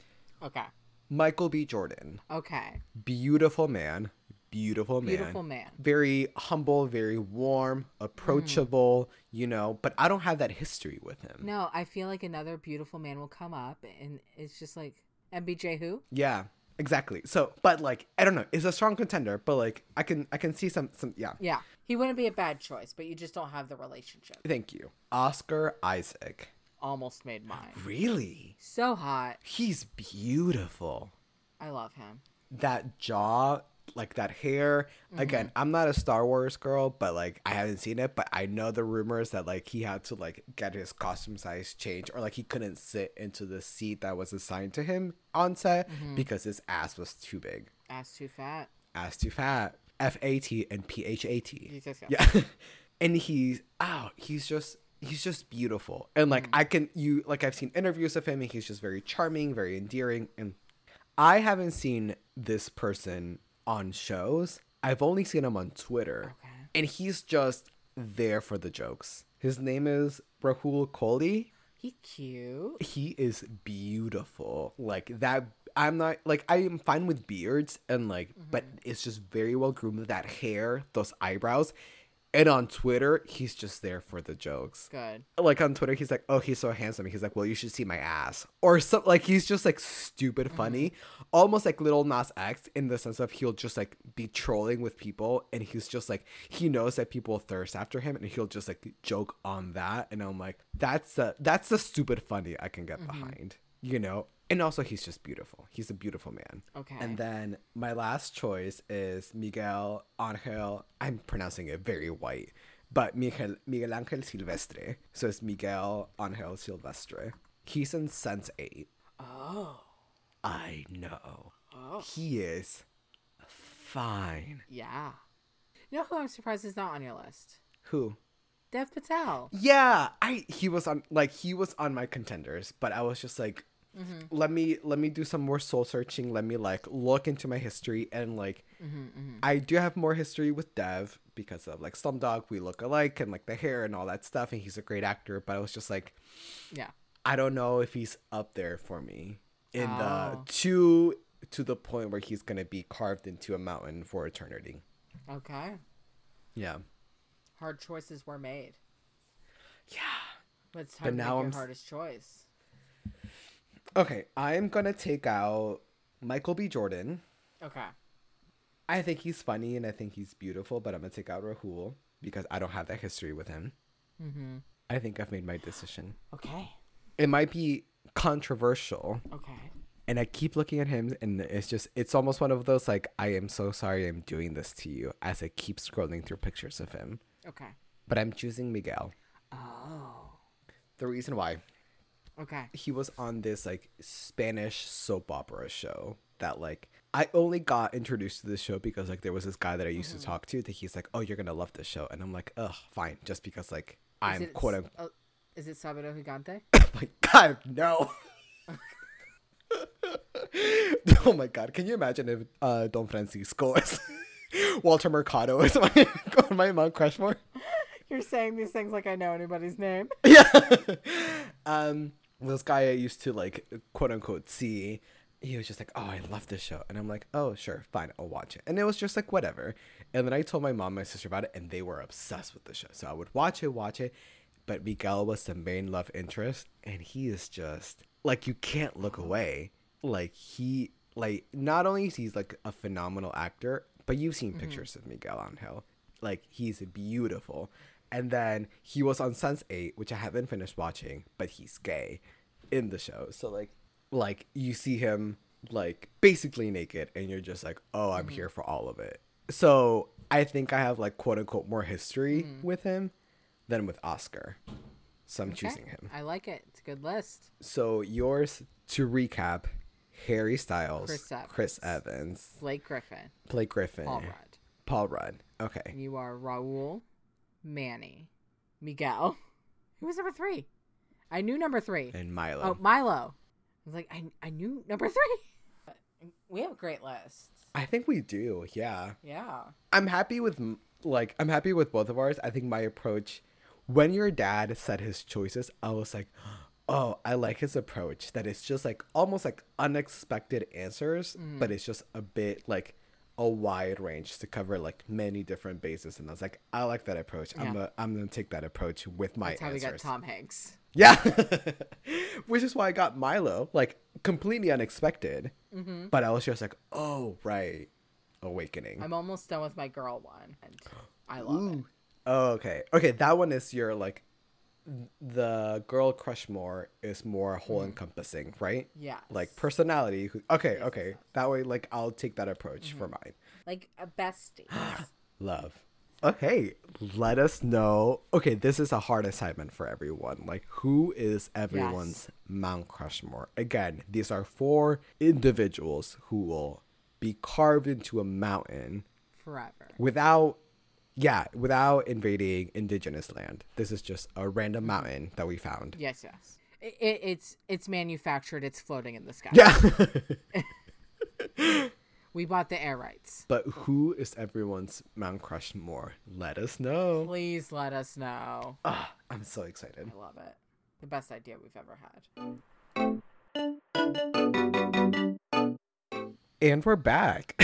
[SPEAKER 2] Okay.
[SPEAKER 1] Michael B. Jordan,
[SPEAKER 2] Okay.
[SPEAKER 1] beautiful man, beautiful man.
[SPEAKER 2] Beautiful man.
[SPEAKER 1] Very humble, very warm, approachable, you know, but I don't have that history with him.
[SPEAKER 2] No, I feel like another beautiful man will come up, and it's just like MBJ who?
[SPEAKER 1] Yeah, exactly. So, but like I don't know, it's a strong contender, but like I can I can see some some yeah.
[SPEAKER 2] Yeah, he wouldn't be a bad choice, but you just don't have the relationship.
[SPEAKER 1] Thank you. Oscar Isaac.
[SPEAKER 2] Almost made mine.
[SPEAKER 1] Really?
[SPEAKER 2] So hot.
[SPEAKER 1] He's beautiful.
[SPEAKER 2] I love him.
[SPEAKER 1] that jaw like that hair again i'm not a star wars girl but like i haven't seen it but i know the rumors that like he had to like get his costume size changed or like he couldn't sit into the seat that was assigned to him on set because his ass was too big
[SPEAKER 2] Ass too fat.
[SPEAKER 1] ass too fat fat and phat
[SPEAKER 2] He's just
[SPEAKER 1] yeah [LAUGHS] and he's oh he's just he's just beautiful and like i can you like i've seen interviews of him and he's just very charming very endearing and i haven't seen this person on shows i've only seen him on twitter
[SPEAKER 2] Okay.
[SPEAKER 1] and he's just there for the jokes his name is rahul kohli
[SPEAKER 2] He cute.
[SPEAKER 1] he is beautiful like that i'm not like i am fine with beards and like but it's just very well groomed that hair those eyebrows and on twitter he's just there for the jokes
[SPEAKER 2] Good.
[SPEAKER 1] like on twitter he's like oh he's so handsome he's like well you should see my ass or something like he's just like stupid funny almost like little nas x in the sense of he'll just like be trolling with people and he's just like he knows that people thirst after him and he'll just like joke on that and i'm like that's the that's the stupid funny i can get behind you know and also he's just beautiful he's a beautiful man
[SPEAKER 2] Okay.
[SPEAKER 1] and then my last choice is Miguel Angel. I'm pronouncing it very white, but Miguel Miguel Angel Silvestre. So it's Miguel Angel Silvestre. He's in Sense Eight.
[SPEAKER 2] Oh.
[SPEAKER 1] I know.
[SPEAKER 2] Oh.
[SPEAKER 1] He is fine.
[SPEAKER 2] Yeah. You know who I'm surprised is not on your list?
[SPEAKER 1] Who?
[SPEAKER 2] Dev Patel.
[SPEAKER 1] [LAUGHS] Yeah, I he was on like he was on my contenders, but I was just like let me let me do some more soul searching, let me like look into my history and like I do have more history with Dev because of like Slumdog, we look alike and like the hair and all that stuff and he's a great actor, but I was just like
[SPEAKER 2] Yeah.
[SPEAKER 1] I don't know if he's up there for me in
[SPEAKER 2] Oh.
[SPEAKER 1] the to to the point where he's going to be carved into a mountain for eternity.
[SPEAKER 2] Okay.
[SPEAKER 1] Yeah.
[SPEAKER 2] Hard choices were made.
[SPEAKER 1] Yeah.
[SPEAKER 2] But it's time to
[SPEAKER 1] now
[SPEAKER 2] make
[SPEAKER 1] I'm
[SPEAKER 2] your
[SPEAKER 1] s-
[SPEAKER 2] hardest choice.
[SPEAKER 1] Okay, I'm gonna take out Michael B. Jordan.
[SPEAKER 2] Okay.
[SPEAKER 1] I think he's funny and I think he's beautiful, but I'm gonna take out Rahul because I don't have that history with him.
[SPEAKER 2] Mm-hmm.
[SPEAKER 1] I think I've made my decision.
[SPEAKER 2] Okay.
[SPEAKER 1] It might be controversial,
[SPEAKER 2] Okay.
[SPEAKER 1] and I keep looking at him, and it's just, it's almost one of those like, I am so sorry I'm doing this to you as I keep scrolling through pictures of him.
[SPEAKER 2] Okay.
[SPEAKER 1] But I'm choosing Miguel.
[SPEAKER 2] Oh.
[SPEAKER 1] The reason why
[SPEAKER 2] Okay.
[SPEAKER 1] he was on this like Spanish soap opera show that like I only got introduced to this show because like there was this guy that I used
[SPEAKER 2] Mhm.
[SPEAKER 1] to talk to that he's like, "Oh, you're going to love this show." And I'm like, "Ugh, fine." Just because like
[SPEAKER 2] Is
[SPEAKER 1] I'm
[SPEAKER 2] it
[SPEAKER 1] quote [LAUGHS]
[SPEAKER 2] s- uh, is it Sabado Gigante? [LAUGHS]
[SPEAKER 1] my god, no. [LAUGHS] oh my god, can you imagine if uh, Don Francisco is [LAUGHS] Walter Mercado is [LAUGHS] my my Mount Crashmore?
[SPEAKER 2] You're saying these things like I know anybody's name. [LAUGHS]
[SPEAKER 1] yeah. um, this guy I used to like quote unquote see, he was just like, "Oh, I love this show," and I'm like, "Oh, sure, fine, I'll watch it." And it was just like whatever. And then I told my mom, and my sister about it, and they were obsessed with the show. So I would watch it, watch it. But Miguel was the main love interest, and he is just like you can't look away. Like he, like not only is he like a phenomenal actor, but you've seen pictures of Miguel Angel like he's beautiful. And then he was on Sense Eight, which I haven't finished watching, but he's gay in the show. So like like you see him like basically naked and you're just like, Oh, I'm
[SPEAKER 2] Mm-hmm.
[SPEAKER 1] here for all of it. So I think I have like quote unquote more history
[SPEAKER 2] Mm.
[SPEAKER 1] with him than with Oscar. So I'm [LAUGHS] choosing him.
[SPEAKER 2] I like it. It's a good list.
[SPEAKER 1] So yours to recap, Harry Styles,
[SPEAKER 2] Chris Evans.
[SPEAKER 1] Chris Evans
[SPEAKER 2] Blake Griffin,
[SPEAKER 1] Blake Griffin,
[SPEAKER 2] Paul Rudd.
[SPEAKER 1] Paul Rudd. Okay.
[SPEAKER 2] And you are Raul, Manny, Miguel. Who was number three? I knew number three.
[SPEAKER 1] And Milo.
[SPEAKER 2] Oh, Milo. I was like, I, I knew number three. [LAUGHS] We have a great list.
[SPEAKER 1] I think we do. Yeah.
[SPEAKER 2] Yeah.
[SPEAKER 1] I'm happy with m- like I'm happy with both of ours. I think my approach when your dad said his choices, I was like, "Oh, I like his approach that it's just like almost like unexpected answers,
[SPEAKER 2] Mm.
[SPEAKER 1] but it's just a bit like a wide range to cover like many different bases." And I was like, "I like that approach. I'm
[SPEAKER 2] Yeah.
[SPEAKER 1] gonna, I'm going to take that approach with my
[SPEAKER 2] That's how
[SPEAKER 1] answers."
[SPEAKER 2] we got Tom Hanks.
[SPEAKER 1] Yeah. [LAUGHS] Which is why I got Milo, like completely unexpected. But I was just like, "Oh, right. Awakening."
[SPEAKER 2] I'm almost done with my girl one. And I love it.
[SPEAKER 1] Oh, okay. Okay, that one is your like the girl crush more is more whole encompassing, right?
[SPEAKER 2] Yes.
[SPEAKER 1] Like personality. who- Okay, okay. That way like I'll take that approach for mine.
[SPEAKER 2] like a
[SPEAKER 1] [GASPS]
[SPEAKER 2] bestie.
[SPEAKER 1] Love. Okay, let us know. Okay, this is a hard assignment for everyone. Like, who is everyone's Mount Crushmore? Again, these are four individuals who will be carved into a mountain
[SPEAKER 2] Forever.
[SPEAKER 1] without yeah without invading indigenous land this is just a random mountain that we
[SPEAKER 2] [LAUGHS]
[SPEAKER 1] found
[SPEAKER 2] Yes, yes. It, it, it's it's manufactured. It's floating in the sky.
[SPEAKER 1] yeah
[SPEAKER 2] We bought the air rights.
[SPEAKER 1] but who is everyone's mount crushmore let us know
[SPEAKER 2] Please let us know.
[SPEAKER 1] Ah, i'm so excited
[SPEAKER 2] I love it. The best idea we've ever had.
[SPEAKER 1] and we're back [LAUGHS]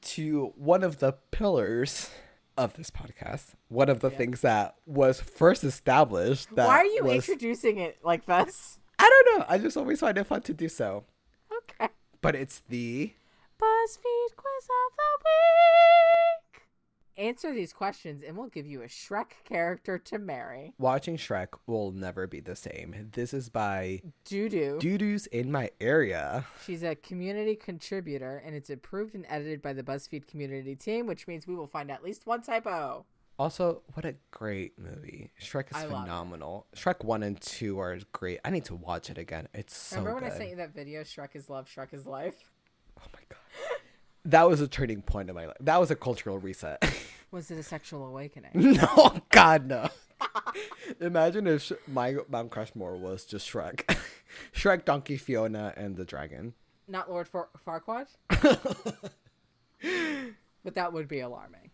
[SPEAKER 1] to one of the pillars of this podcast one of the things that was first established that
[SPEAKER 2] Why are you
[SPEAKER 1] was,
[SPEAKER 2] introducing it like this? [LAUGHS]
[SPEAKER 1] i don't know i just always find it fun to do so
[SPEAKER 2] Okay.
[SPEAKER 1] but it's the
[SPEAKER 2] BuzzFeed quiz of the week. Answer these questions, and we'll give you a Shrek character to marry.
[SPEAKER 1] Watching Shrek will never be the same. This is by
[SPEAKER 2] Doodoo.
[SPEAKER 1] Doodoo's in my area.
[SPEAKER 2] She's a community contributor, and it's approved and edited by the BuzzFeed community team, which means we will find at least one typo.
[SPEAKER 1] Also, what a great movie. Shrek is
[SPEAKER 2] I love it.
[SPEAKER 1] phenomenal. Shrek 1 and 2 are great. I need to watch it again. It's so
[SPEAKER 2] Remember
[SPEAKER 1] good.
[SPEAKER 2] when I sent you that video, Shrek is love, Shrek is life?
[SPEAKER 1] Oh my god. That was a turning point in my life. That was a cultural reset.
[SPEAKER 2] [LAUGHS]
[SPEAKER 1] [LAUGHS]
[SPEAKER 2] Was it a sexual awakening?
[SPEAKER 1] no, god no. [LAUGHS] Imagine if Sh- my Mount Crushmore was just Shrek. [LAUGHS] Shrek, Donkey, Fiona and the dragon.
[SPEAKER 2] Not Lord Far-
[SPEAKER 1] [LAUGHS]
[SPEAKER 2] Farquaad? but that would be alarming.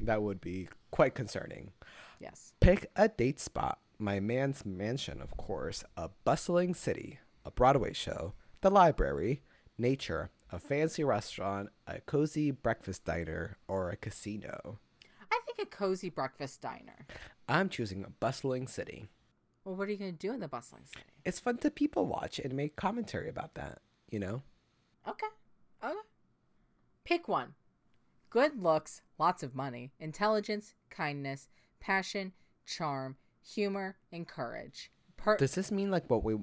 [SPEAKER 1] That would be quite concerning.
[SPEAKER 2] Yes.
[SPEAKER 1] Pick a date spot. My man's mansion, of course, a bustling city, a Broadway show, the library, nature, a fancy restaurant, a cozy breakfast diner, or a casino.
[SPEAKER 2] I think a cozy breakfast diner.
[SPEAKER 1] I'm choosing a bustling city.
[SPEAKER 2] Well, what are you going to do in the bustling city?
[SPEAKER 1] It's fun to people watch and make commentary about that, you know?
[SPEAKER 2] Okay. Okay. Pick one. Good looks, lots of money, intelligence, kindness, passion, charm, humor, and courage. Per-
[SPEAKER 1] Does this mean like what we.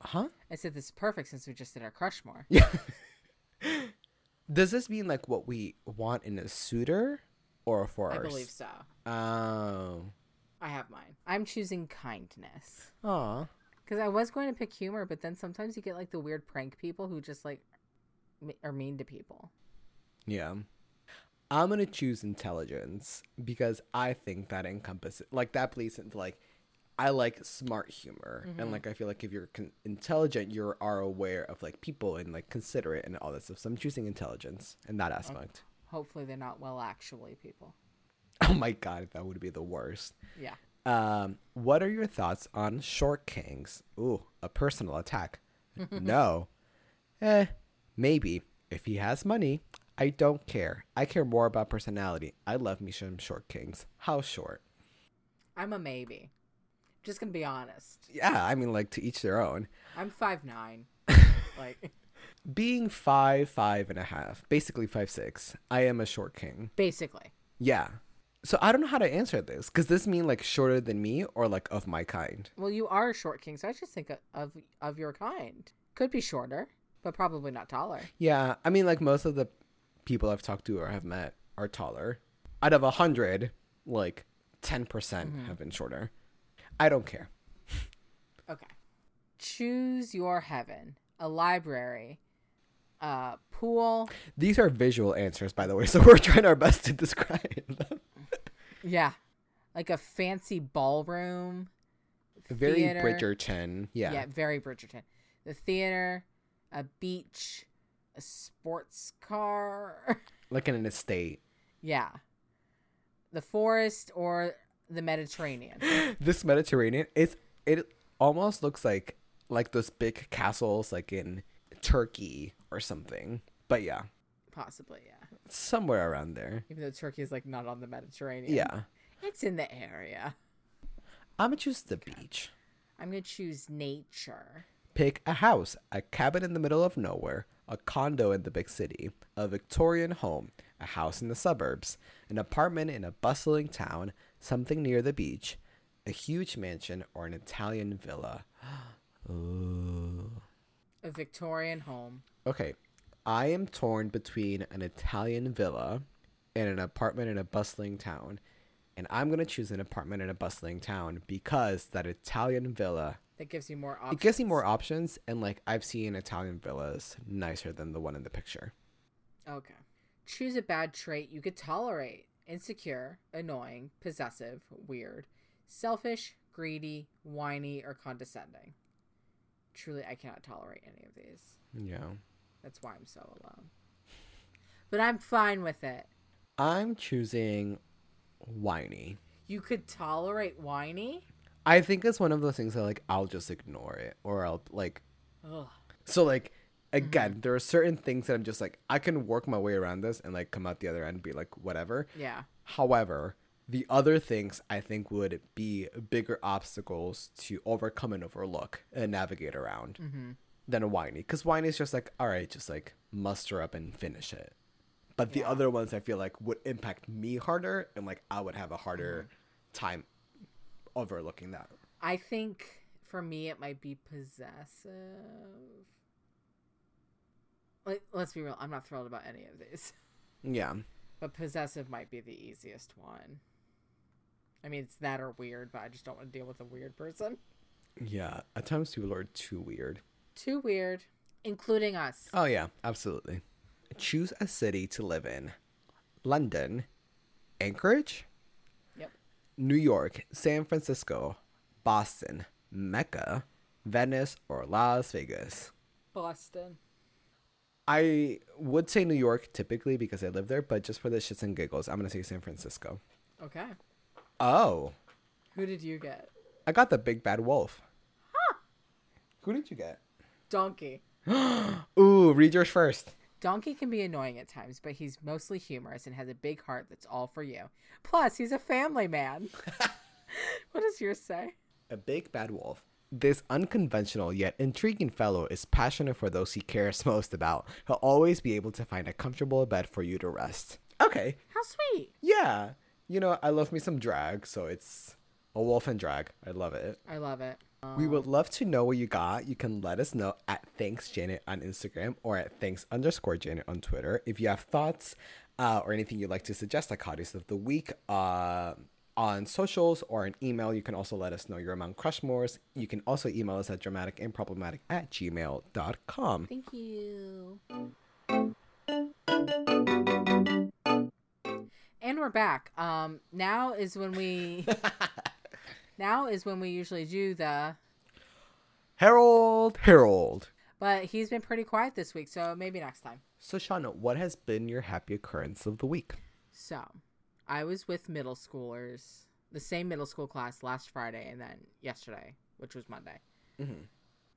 [SPEAKER 1] Huh?
[SPEAKER 2] I said this is perfect since we just did our crush more.
[SPEAKER 1] Yeah. [LAUGHS] Does this mean like what we want in a suitor or for
[SPEAKER 2] I
[SPEAKER 1] our.
[SPEAKER 2] believe so.
[SPEAKER 1] Oh.
[SPEAKER 2] I have mine. I'm choosing kindness.
[SPEAKER 1] Aw.
[SPEAKER 2] Because I was going to pick humor, but then sometimes you get like the weird prank people who just like m- are mean to people.
[SPEAKER 1] Yeah. I'm gonna choose intelligence because I think that encompasses like that plays into like I like smart humor
[SPEAKER 2] Mm-hmm.
[SPEAKER 1] and like I feel like if you're con- intelligent, you are aware of like people and like considerate and all that stuff. So I'm choosing intelligence in
[SPEAKER 2] Oh.
[SPEAKER 1] that aspect.
[SPEAKER 2] Hopefully, they're not well actually people.
[SPEAKER 1] [LAUGHS] Oh my god, that would be the worst.
[SPEAKER 2] Yeah.
[SPEAKER 1] Um, what are your thoughts on short kings? Ooh, a personal attack. no. Eh, maybe. If he has money, I don't care. I care more about personality. I love me some short kings. How short?
[SPEAKER 2] I'm a maybe. Just gonna be honest.
[SPEAKER 1] Yeah, I mean, like to each their own.
[SPEAKER 2] I'm
[SPEAKER 1] [LAUGHS]
[SPEAKER 2] five nine. like
[SPEAKER 1] Being five, five and a half, basically five, six, I am a short king.
[SPEAKER 2] basically.
[SPEAKER 1] Yeah. So I don't know how to answer this. Does this mean like shorter than me or like of my kind?
[SPEAKER 2] Well, you are a short king, so I just think of of, of your kind. Could be shorter, but probably not taller.
[SPEAKER 1] Yeah, I mean, like most of the people I've talked to or have met are taller. Out of a hundred, like ten percent
[SPEAKER 2] Mm-hmm.
[SPEAKER 1] have been shorter. I don't care.
[SPEAKER 2] Okay. Choose your heaven. A library. A pool.
[SPEAKER 1] These are visual answers, by the way, [LAUGHS] so we're trying our best to describe [LAUGHS] them.
[SPEAKER 2] Yeah. Like a fancy ballroom.
[SPEAKER 1] Very
[SPEAKER 2] Theater.
[SPEAKER 1] Bridgerton, yeah.
[SPEAKER 2] Yeah, very Bridgerton. The theater, a beach, a sports car. [LAUGHS]
[SPEAKER 1] like in an estate. [GASPS]
[SPEAKER 2] yeah. The forest or the Mediterranean.
[SPEAKER 1] This Mediterranean, it's it almost looks like like those big castles, like in Turkey or something. But yeah,
[SPEAKER 2] Possibly, yeah.
[SPEAKER 1] somewhere around there.
[SPEAKER 2] Even though Turkey is like not on the Mediterranean.
[SPEAKER 1] Yeah,
[SPEAKER 2] It's in the area.
[SPEAKER 1] I'm gonna choose the beach.
[SPEAKER 2] I'm going to choose nature.
[SPEAKER 1] Pick a house, a cabin in the middle of nowhere, a condo in the big city, a Victorian home, a house in the suburbs, an apartment in a bustling town, something near the beach, a huge mansion, or an Italian villa. [GASPS] Ooh.
[SPEAKER 2] A Victorian home.
[SPEAKER 1] Okay, I am torn between an Italian villa and an apartment in a bustling town. And I'm going to choose an apartment in a bustling town because that Italian villa
[SPEAKER 2] That gives you more
[SPEAKER 1] it
[SPEAKER 2] options.
[SPEAKER 1] gives me more options and like i've seen italian villas nicer than the one in the picture
[SPEAKER 2] Okay. Choose a bad trait you could tolerate insecure, annoying, possessive, weird, selfish, greedy, whiny, or condescending. Truly, I cannot tolerate any of these.
[SPEAKER 1] yeah
[SPEAKER 2] That's why I'm so alone. But I'm fine with it.
[SPEAKER 1] i'm choosing whiny
[SPEAKER 2] You could tolerate whiny?
[SPEAKER 1] i think it's one of those things that like i'll just ignore it or i'll like
[SPEAKER 2] Ugh.
[SPEAKER 1] so like again there are certain things that i'm just like i can work my way around this and like come out the other end and be like whatever
[SPEAKER 2] Yeah.
[SPEAKER 1] however the other things i think would be bigger obstacles to overcome and overlook and navigate around
[SPEAKER 2] Mm-hmm.
[SPEAKER 1] than a whiny because whiny is just like all right just like muster up and finish it but the
[SPEAKER 2] Yeah.
[SPEAKER 1] other ones i feel like would impact me harder and like i would have a harder
[SPEAKER 2] Mm-hmm.
[SPEAKER 1] time overlooking that
[SPEAKER 2] I think for me it might be possessive. Like, let's be real, I'm not thrilled about any of these. [LAUGHS]
[SPEAKER 1] yeah
[SPEAKER 2] But possessive might be the easiest one. I mean, it's that or weird, but I just don't want to deal with a weird person.
[SPEAKER 1] yeah at times people are too weird
[SPEAKER 2] Too weird, including us.
[SPEAKER 1] oh yeah absolutely choose a city to live in london anchorage
[SPEAKER 2] Yep.
[SPEAKER 1] new york san francisco boston mecca venice or las vegas
[SPEAKER 2] Boston.
[SPEAKER 1] I would say New York typically because I live there, but just for the shits and giggles, I'm gonna say San Francisco.
[SPEAKER 2] Okay.
[SPEAKER 1] Oh,
[SPEAKER 2] Who did you get?
[SPEAKER 1] I got the big bad wolf. Who did you get?
[SPEAKER 2] Donkey.
[SPEAKER 1] Ooh, read yours first.
[SPEAKER 2] Donkey can be annoying at times, but he's mostly humorous and has a big heart that's all for you. Plus, he's a family man. what does yours say?
[SPEAKER 1] A big bad wolf. This unconventional yet intriguing fellow is passionate for those he cares [LAUGHS] most about. He'll always be able to find a comfortable bed for you to rest. Okay,
[SPEAKER 2] How sweet.
[SPEAKER 1] yeah. You know, I love me some drag, so it's a wolf and drag. I love it.
[SPEAKER 2] I love it.
[SPEAKER 1] We would love to know what you got. You can let us know at thanks Janet on Instagram or at thanks underscore Janet on Twitter. If you have thoughts uh, or anything you'd like to suggest, like hotties of the week, uh, on socials or an email. You can also let us know your Mount Crushmores. You can also email us at dramaticandproblematic at gmail.com.
[SPEAKER 2] Thank you. And we're back. Um, now is when we. now is when we usually do the.
[SPEAKER 1] Harold, Harold.
[SPEAKER 2] But he's been pretty quiet this week, so maybe next time.
[SPEAKER 1] So, Shauna, what has been your happy occurrence of the week?
[SPEAKER 2] So, I was with middle schoolers, the same middle school class last Friday and then yesterday, which was Monday.
[SPEAKER 1] Mhm.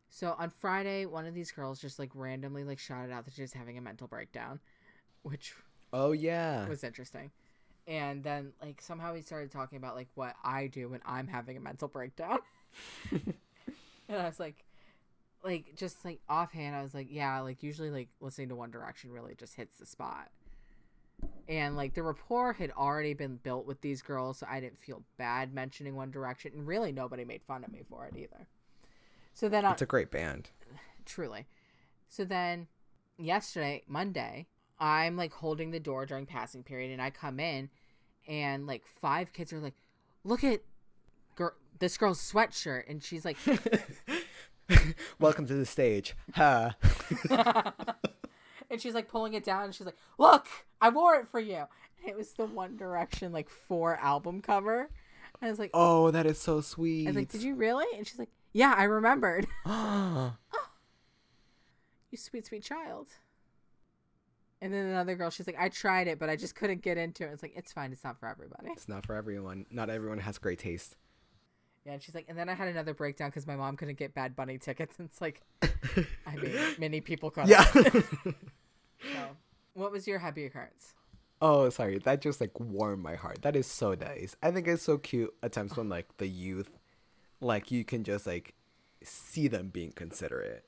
[SPEAKER 2] So on Friday, one of these girls just like randomly like shouted out that she was having a mental breakdown, which
[SPEAKER 1] Oh, yeah.
[SPEAKER 2] was interesting. And then like somehow we started talking about like what I do when I'm having a mental breakdown. [LAUGHS] and I was like like just like offhand I was like, yeah, like usually like listening to One Direction really just hits the spot. And like the rapport had already been built with these girls, so I didn't feel bad mentioning One Direction and really nobody made fun of me for it either. So then on,
[SPEAKER 1] It's a great band.
[SPEAKER 2] truly. So then yesterday, Monday, I'm like holding the door during passing period and I come in and like five kids are like, "Look at girl this girl's sweatshirt." And she's like
[SPEAKER 1] Welcome to the stage. Ha.
[SPEAKER 2] [LAUGHS] and she's like pulling it down and she's like, "Look, I wore it for you." And it was the One Direction like four album cover. And I was like,
[SPEAKER 1] Oh, that is so sweet.
[SPEAKER 2] I was like, "Did you really?" And she's like, "Yeah, I remembered."
[SPEAKER 1] [GASPS]
[SPEAKER 2] you sweet sweet child and then another girl she's like i tried it but i just couldn't get into it it's like it's fine it's not for everybody
[SPEAKER 1] it's not for everyone. Not everyone has great taste.
[SPEAKER 2] yeah and she's like and then i had another breakdown because my mom couldn't get bad bunny tickets and it's like i mean
[SPEAKER 1] [LAUGHS]
[SPEAKER 2] many people could
[SPEAKER 1] Yeah.
[SPEAKER 2] so, what was your happy occurrence
[SPEAKER 1] oh, sorry. That just like warmed my heart. That is so nice. I think it's so cute at times when like the youth, like you can just like see them being considerate.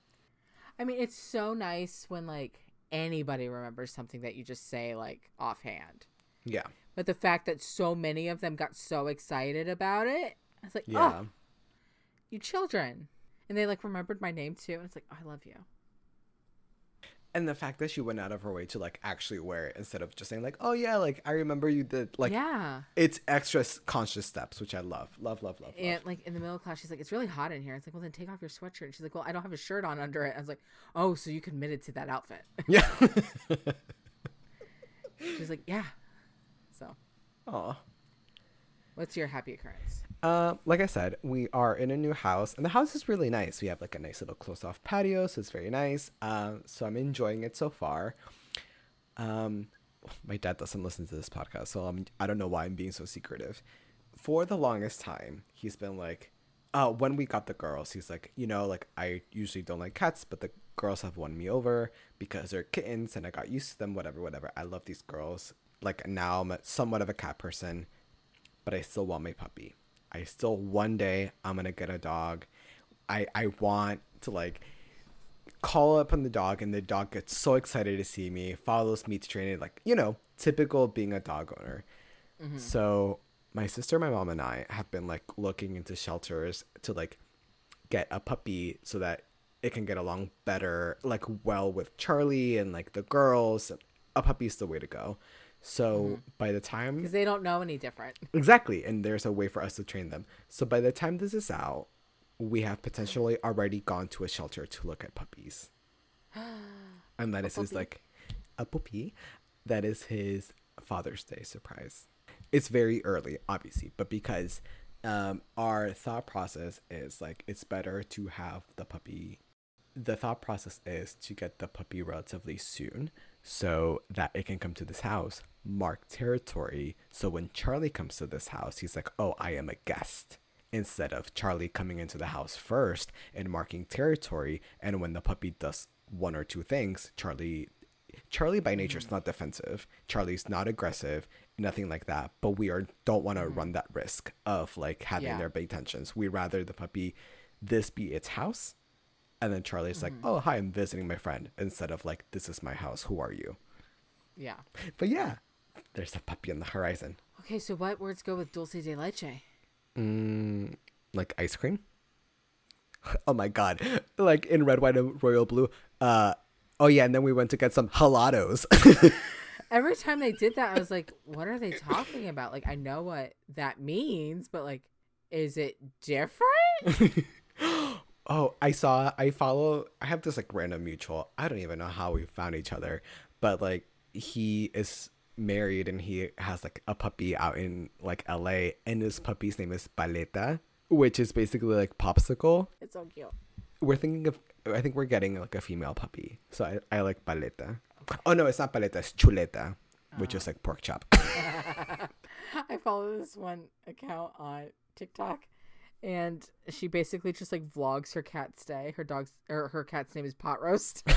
[SPEAKER 2] i mean it's so nice when like anybody remembers something that you just say like offhand
[SPEAKER 1] Yeah.
[SPEAKER 2] but the fact that so many of them got so excited about it i was like
[SPEAKER 1] Yeah.
[SPEAKER 2] oh you children and they like remembered my name too and it's like "Oh, i love you
[SPEAKER 1] And the fact that she went out of her way to like actually wear it instead of just saying like, oh yeah, like I remember you did like
[SPEAKER 2] yeah
[SPEAKER 1] it's extra s- conscious steps, which I love, love, love, love. love.
[SPEAKER 2] And like in the middle of class, she's like, "It's really hot in here." It's like, "Well, then take off your sweatshirt." And she's like, "Well, I don't have a shirt on under it." I was like, "Oh, so you committed to that outfit?" [LAUGHS]
[SPEAKER 1] Yeah.
[SPEAKER 2] she's like, "Yeah." So,
[SPEAKER 1] Aw.
[SPEAKER 2] what's your happy occurrence?
[SPEAKER 1] Uh, like I said, we are in a new house, and the house is really nice. We have like a nice little closed-off patio, so it's very nice. Uh, so I'm enjoying it so far. Um, my dad doesn't listen to this podcast, so I'm, I don't know why I'm being so secretive. For the longest time, he's been like, uh, when we got the girls, he's like, you know, like I usually don't like cats, but the girls have won me over because they're kittens and I got used to them, whatever, whatever. I love these girls. Like now I'm somewhat of a cat person, but I still want my puppy. I still, one day, I'm going to get a dog. I, I want to like call up on the dog and the dog gets so excited to see me follows me to train it like you know typical being a dog owner so my sister my mom and i have been like looking into shelters to like get a puppy so that it can get along better like well with charlie and like the girls a puppy's the way to go so by the time
[SPEAKER 2] Because they don't know any different.
[SPEAKER 1] Exactly. And there's a way for us to train them. So by the time this is out, we have potentially already gone to a shelter to look at puppies. And that is his, like, a puppy. That is his Father's Day surprise. It's very early, obviously, but because um, our thought process is like, it's better to have the puppy. The thought process is to get the puppy relatively soon so that it can come to this house, mark territory. So when Charlie comes to this house, he's like, oh, I am a guest. Instead of Charlie coming into the house first and marking territory. And when the puppy does one or two things, Charlie Charlie by nature is not defensive. Charlie's not aggressive, nothing like that. But we are don't want to run that risk of like having
[SPEAKER 2] Yeah.
[SPEAKER 1] their big tensions. We rather the puppy this be its house and then Charlie's like, "Oh, hi, I'm visiting my friend," instead of like, "This is my house. Who are you?"
[SPEAKER 2] Yeah.
[SPEAKER 1] But yeah, there's a puppy on the horizon.
[SPEAKER 2] Okay, so what words go with dulce de leche?
[SPEAKER 1] Mm, like ice cream. [LAUGHS] oh my god! Like [LAUGHS] in red, white, and royal blue. Uh, oh yeah, and then we went to get some helados.
[SPEAKER 2] Every time they did that, I was like, what are they talking about? Like, I know what that means, but like, is it different?
[SPEAKER 1] oh, I saw. I follow. I have this like random mutual. I don't even know how we found each other, but like he is married and he has like a puppy out in like L.A. and his puppy's name is Paleta, which is basically like popsicle.
[SPEAKER 2] It's so cute.
[SPEAKER 1] We're thinking of. I think we're getting like a female puppy, so I, I like Paleta. Oh no, it's not Paleta. It's Chuleta, which is like pork chop. [LAUGHS]
[SPEAKER 2] I follow this one account on TikTok, and she basically just like vlogs her cat's day. Her dog's or her cat's name is Pot Roast.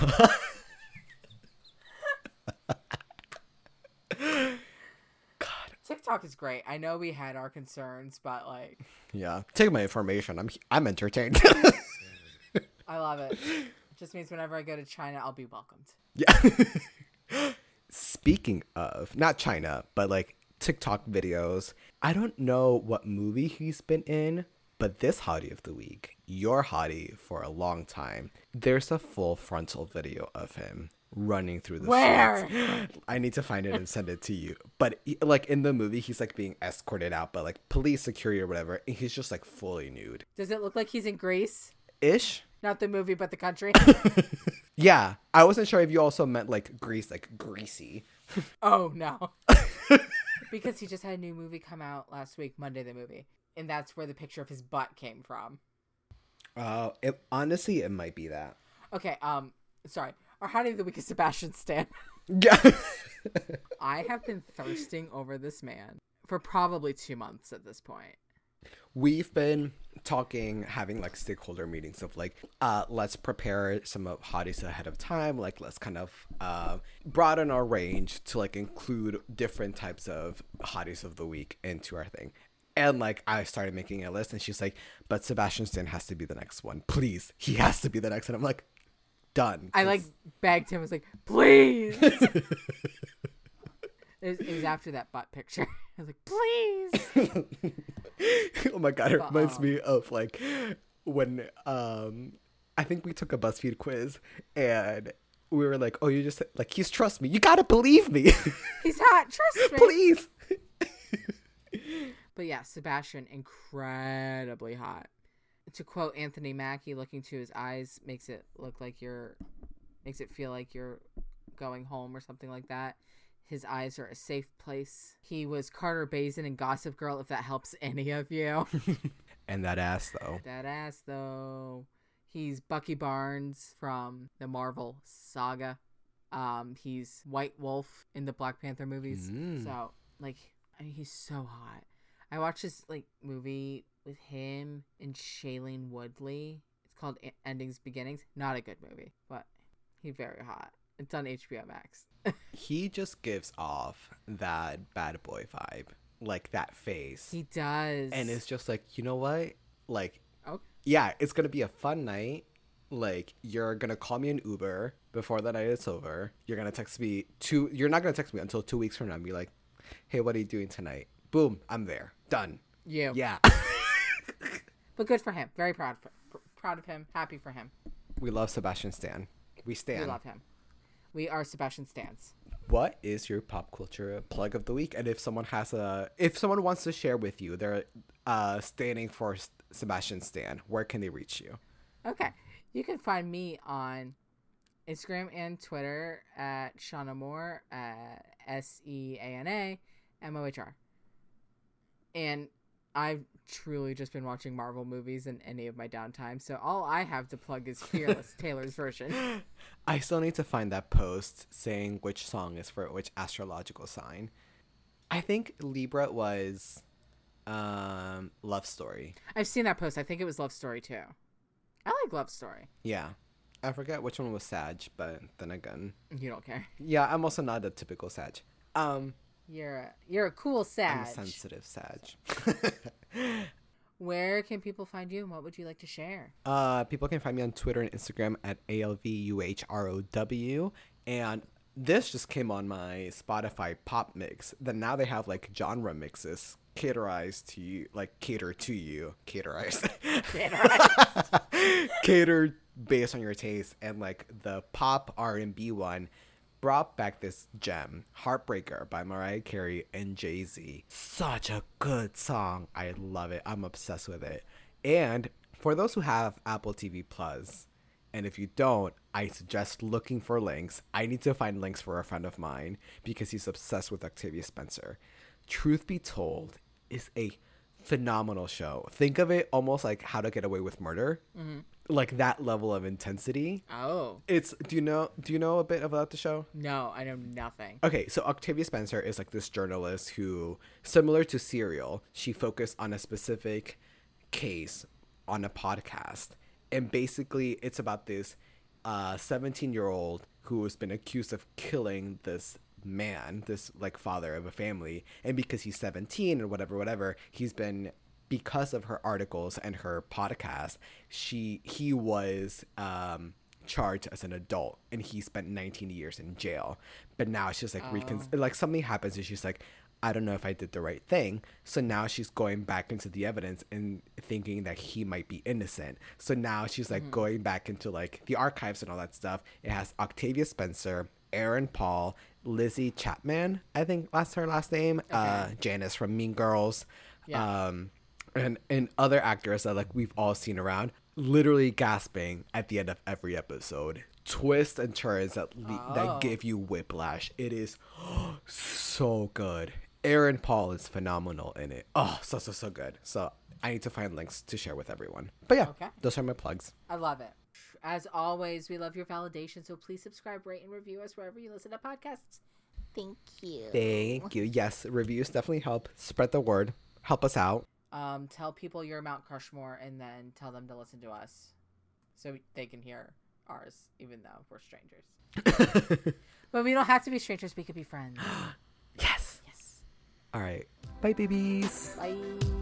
[SPEAKER 2] TikTok is great. I know we had our concerns, but like,
[SPEAKER 1] yeah, take my information. I'm I'm entertained. [LAUGHS]
[SPEAKER 2] I love it. It just means whenever I go to China, I'll be welcomed.
[SPEAKER 1] Yeah. Speaking of, not China, but like TikTok videos, I don't know what movie he's been in, but this hottie of the week, your hottie for a long time, there's a full frontal video of him running through the
[SPEAKER 2] Where?
[SPEAKER 1] streets. I need to find it and send it to you. But he- like in the movie, he's like being escorted out by like police, security, or whatever. And he's just like fully nude
[SPEAKER 2] Does it look like he's in Greece?
[SPEAKER 1] ish.
[SPEAKER 2] Not the movie, but the country.
[SPEAKER 1] Yeah, I wasn't sure if you also meant like grease, like greasy.
[SPEAKER 2] Oh no. because he just had a new movie come out last week, Monday the movie. And that's where the picture of his butt came from.
[SPEAKER 1] Oh, it, honestly, it might be that. [LAUGHS]
[SPEAKER 2] Okay, um sorry. Our hottie of the week is Sebastian Stan. [LAUGHS]
[SPEAKER 1] Yeah.
[SPEAKER 2] I have been thirsting over this man for probably two months at this point.
[SPEAKER 1] We've been talking, having like stakeholder meetings of like, uh, let's prepare some of hotties ahead of time. Like, let's kind of uh, broaden our range to like include different types of hotties of the week into our thing. And like, I started making a list, and she's like, but Sebastian Stan has to be the next one. Please. He has to be the next one. I'm like, done.
[SPEAKER 2] I like begged him, I was like, please it, was, it was after that butt picture. [LAUGHS] I was like, please
[SPEAKER 1] [LAUGHS] oh my god, it reminds me of like when um I think we took a BuzzFeed quiz and we were like, "Oh, you just like he's trust me. You gotta believe me, [LAUGHS]
[SPEAKER 2] He's hot, trust me.
[SPEAKER 1] please."
[SPEAKER 2] But yeah, Sebastian, incredibly hot. To quote Anthony Mackie, looking to his eyes makes it look like you're, makes it feel like you're going home or something like that. His eyes are a safe place. He was Carter Bazin in Gossip Girl, if that helps any of you.
[SPEAKER 1] And that ass though.
[SPEAKER 2] that ass, though. He's Bucky Barnes from the Marvel saga. Um, he's White Wolf in the Black Panther movies.
[SPEAKER 1] Mm.
[SPEAKER 2] So, like, I mean, he's so hot. I watched this like movie with him and Shailene Woodley. It's called E- Endings Beginnings. Not a good movie, but he's very hot. It's on HBO Max.
[SPEAKER 1] He just gives off that bad boy vibe, like that face,
[SPEAKER 2] he does.
[SPEAKER 1] and it's just like, you know what? Like,
[SPEAKER 2] oh,
[SPEAKER 1] yeah, it's gonna be a fun night. Like, you're gonna call me an Uber before the night is over. You're gonna text me two. You're not gonna text me until two weeks from now. And be like, hey, what are you doing tonight? Boom, I'm there. Done.
[SPEAKER 2] you. [LAUGHS]
[SPEAKER 1] Yeah,
[SPEAKER 2] But good for him. Very proud for, pr- proud of him. Happy for him.
[SPEAKER 1] we love Sebastian Stan. We
[SPEAKER 2] We
[SPEAKER 1] stand.
[SPEAKER 2] love him. We are Sebastian Stans.
[SPEAKER 1] What is your pop culture plug of the week? And if someone has a, if someone wants to share with you, they're uh, standing for S- Sebastian Stan. Where can they reach you?
[SPEAKER 2] Okay. You can find me on Instagram and Twitter at Shauna Moore, at S E A N A M O H R. And I've truly just been watching Marvel movies in any of my downtime, so all I have to plug is
[SPEAKER 1] [LAUGHS]
[SPEAKER 2] Fearless Taylor's version.
[SPEAKER 1] I still need to find that post saying which song is for which astrological sign. I think Libra was um Love Story.
[SPEAKER 2] I've seen that post. I think it was Love Story too. I like Love Story.
[SPEAKER 1] Yeah. I forget which one was Sag, but then again.
[SPEAKER 2] You don't care.
[SPEAKER 1] Yeah, I'm also not a typical Sag. Um
[SPEAKER 2] You're a, you're a cool
[SPEAKER 1] I'm a
[SPEAKER 2] Sag.
[SPEAKER 1] sensitive Sag. [LAUGHS]
[SPEAKER 2] Where can people find you, and what would you like to share?
[SPEAKER 1] uh people can find me on Twitter and Instagram at ALVUHROW and this just came on my Spotify pop mix. Then now they have like genre mixes caterized to you, like cater to you, caterized. [LAUGHS] cater based on your taste and like the pop r&b one brought back this gem, Heartbreaker by Mariah Carey and Jay Z. Such a good song. I love it. I'm obsessed with it. And for those who have Apple TV Plus, and if you don't, I suggest looking for links. I need to find links for a friend of mine because he's obsessed with Octavia Spencer. Truth Be Told is a phenomenal show. Think of it almost like How to Get Away with Murder, like that level of intensity.
[SPEAKER 2] Oh
[SPEAKER 1] It's do you know do you know a bit about the show?
[SPEAKER 2] no, I know nothing.
[SPEAKER 1] Okay, so Octavia Spencer is like this journalist who, similar to Serial, she focused on a specific case on a podcast. And basically, it's about this 17 year old who has been accused of killing this man, this like father of a family. And because he's 17 and whatever, whatever, he's been because of her articles and her podcast, she he was um, charged as an adult, and he spent 19 years in jail. But now she's like, recon- like something happens, and she's like, I don't know if I did the right thing. So now she's going back into the evidence and thinking that he might be innocent. So now she's like going back into like the archives and all that stuff. It has Octavia Spencer, Aaron Paul, Lizzie Chapman, I think that's her last name. Uh, Janice from Mean Girls.
[SPEAKER 2] Yeah.
[SPEAKER 1] Um, and and other actors that like we've all seen around, literally gasping at the end of every episode. Twists and turns that le- that give you whiplash. It is [GASPS] so good. Aaron Paul is phenomenal in it. Oh, so so so good. So I need to find links to share with everyone. But yeah,
[SPEAKER 2] Okay.
[SPEAKER 1] those are my plugs.
[SPEAKER 2] I love it. As always, we love your validation, so please subscribe, rate, and review us wherever you listen to podcasts.
[SPEAKER 3] Thank you.
[SPEAKER 1] Thank you. Yes, reviews definitely help. Spread the word. Help us out.
[SPEAKER 2] Um, tell people you're Mount Crushmore, and then tell them to listen to us, so they can hear ours, even though we're strangers. But we don't have to be strangers; we could be friends.
[SPEAKER 1] yes.
[SPEAKER 2] yes.
[SPEAKER 1] All right. Bye, babies.
[SPEAKER 2] Bye.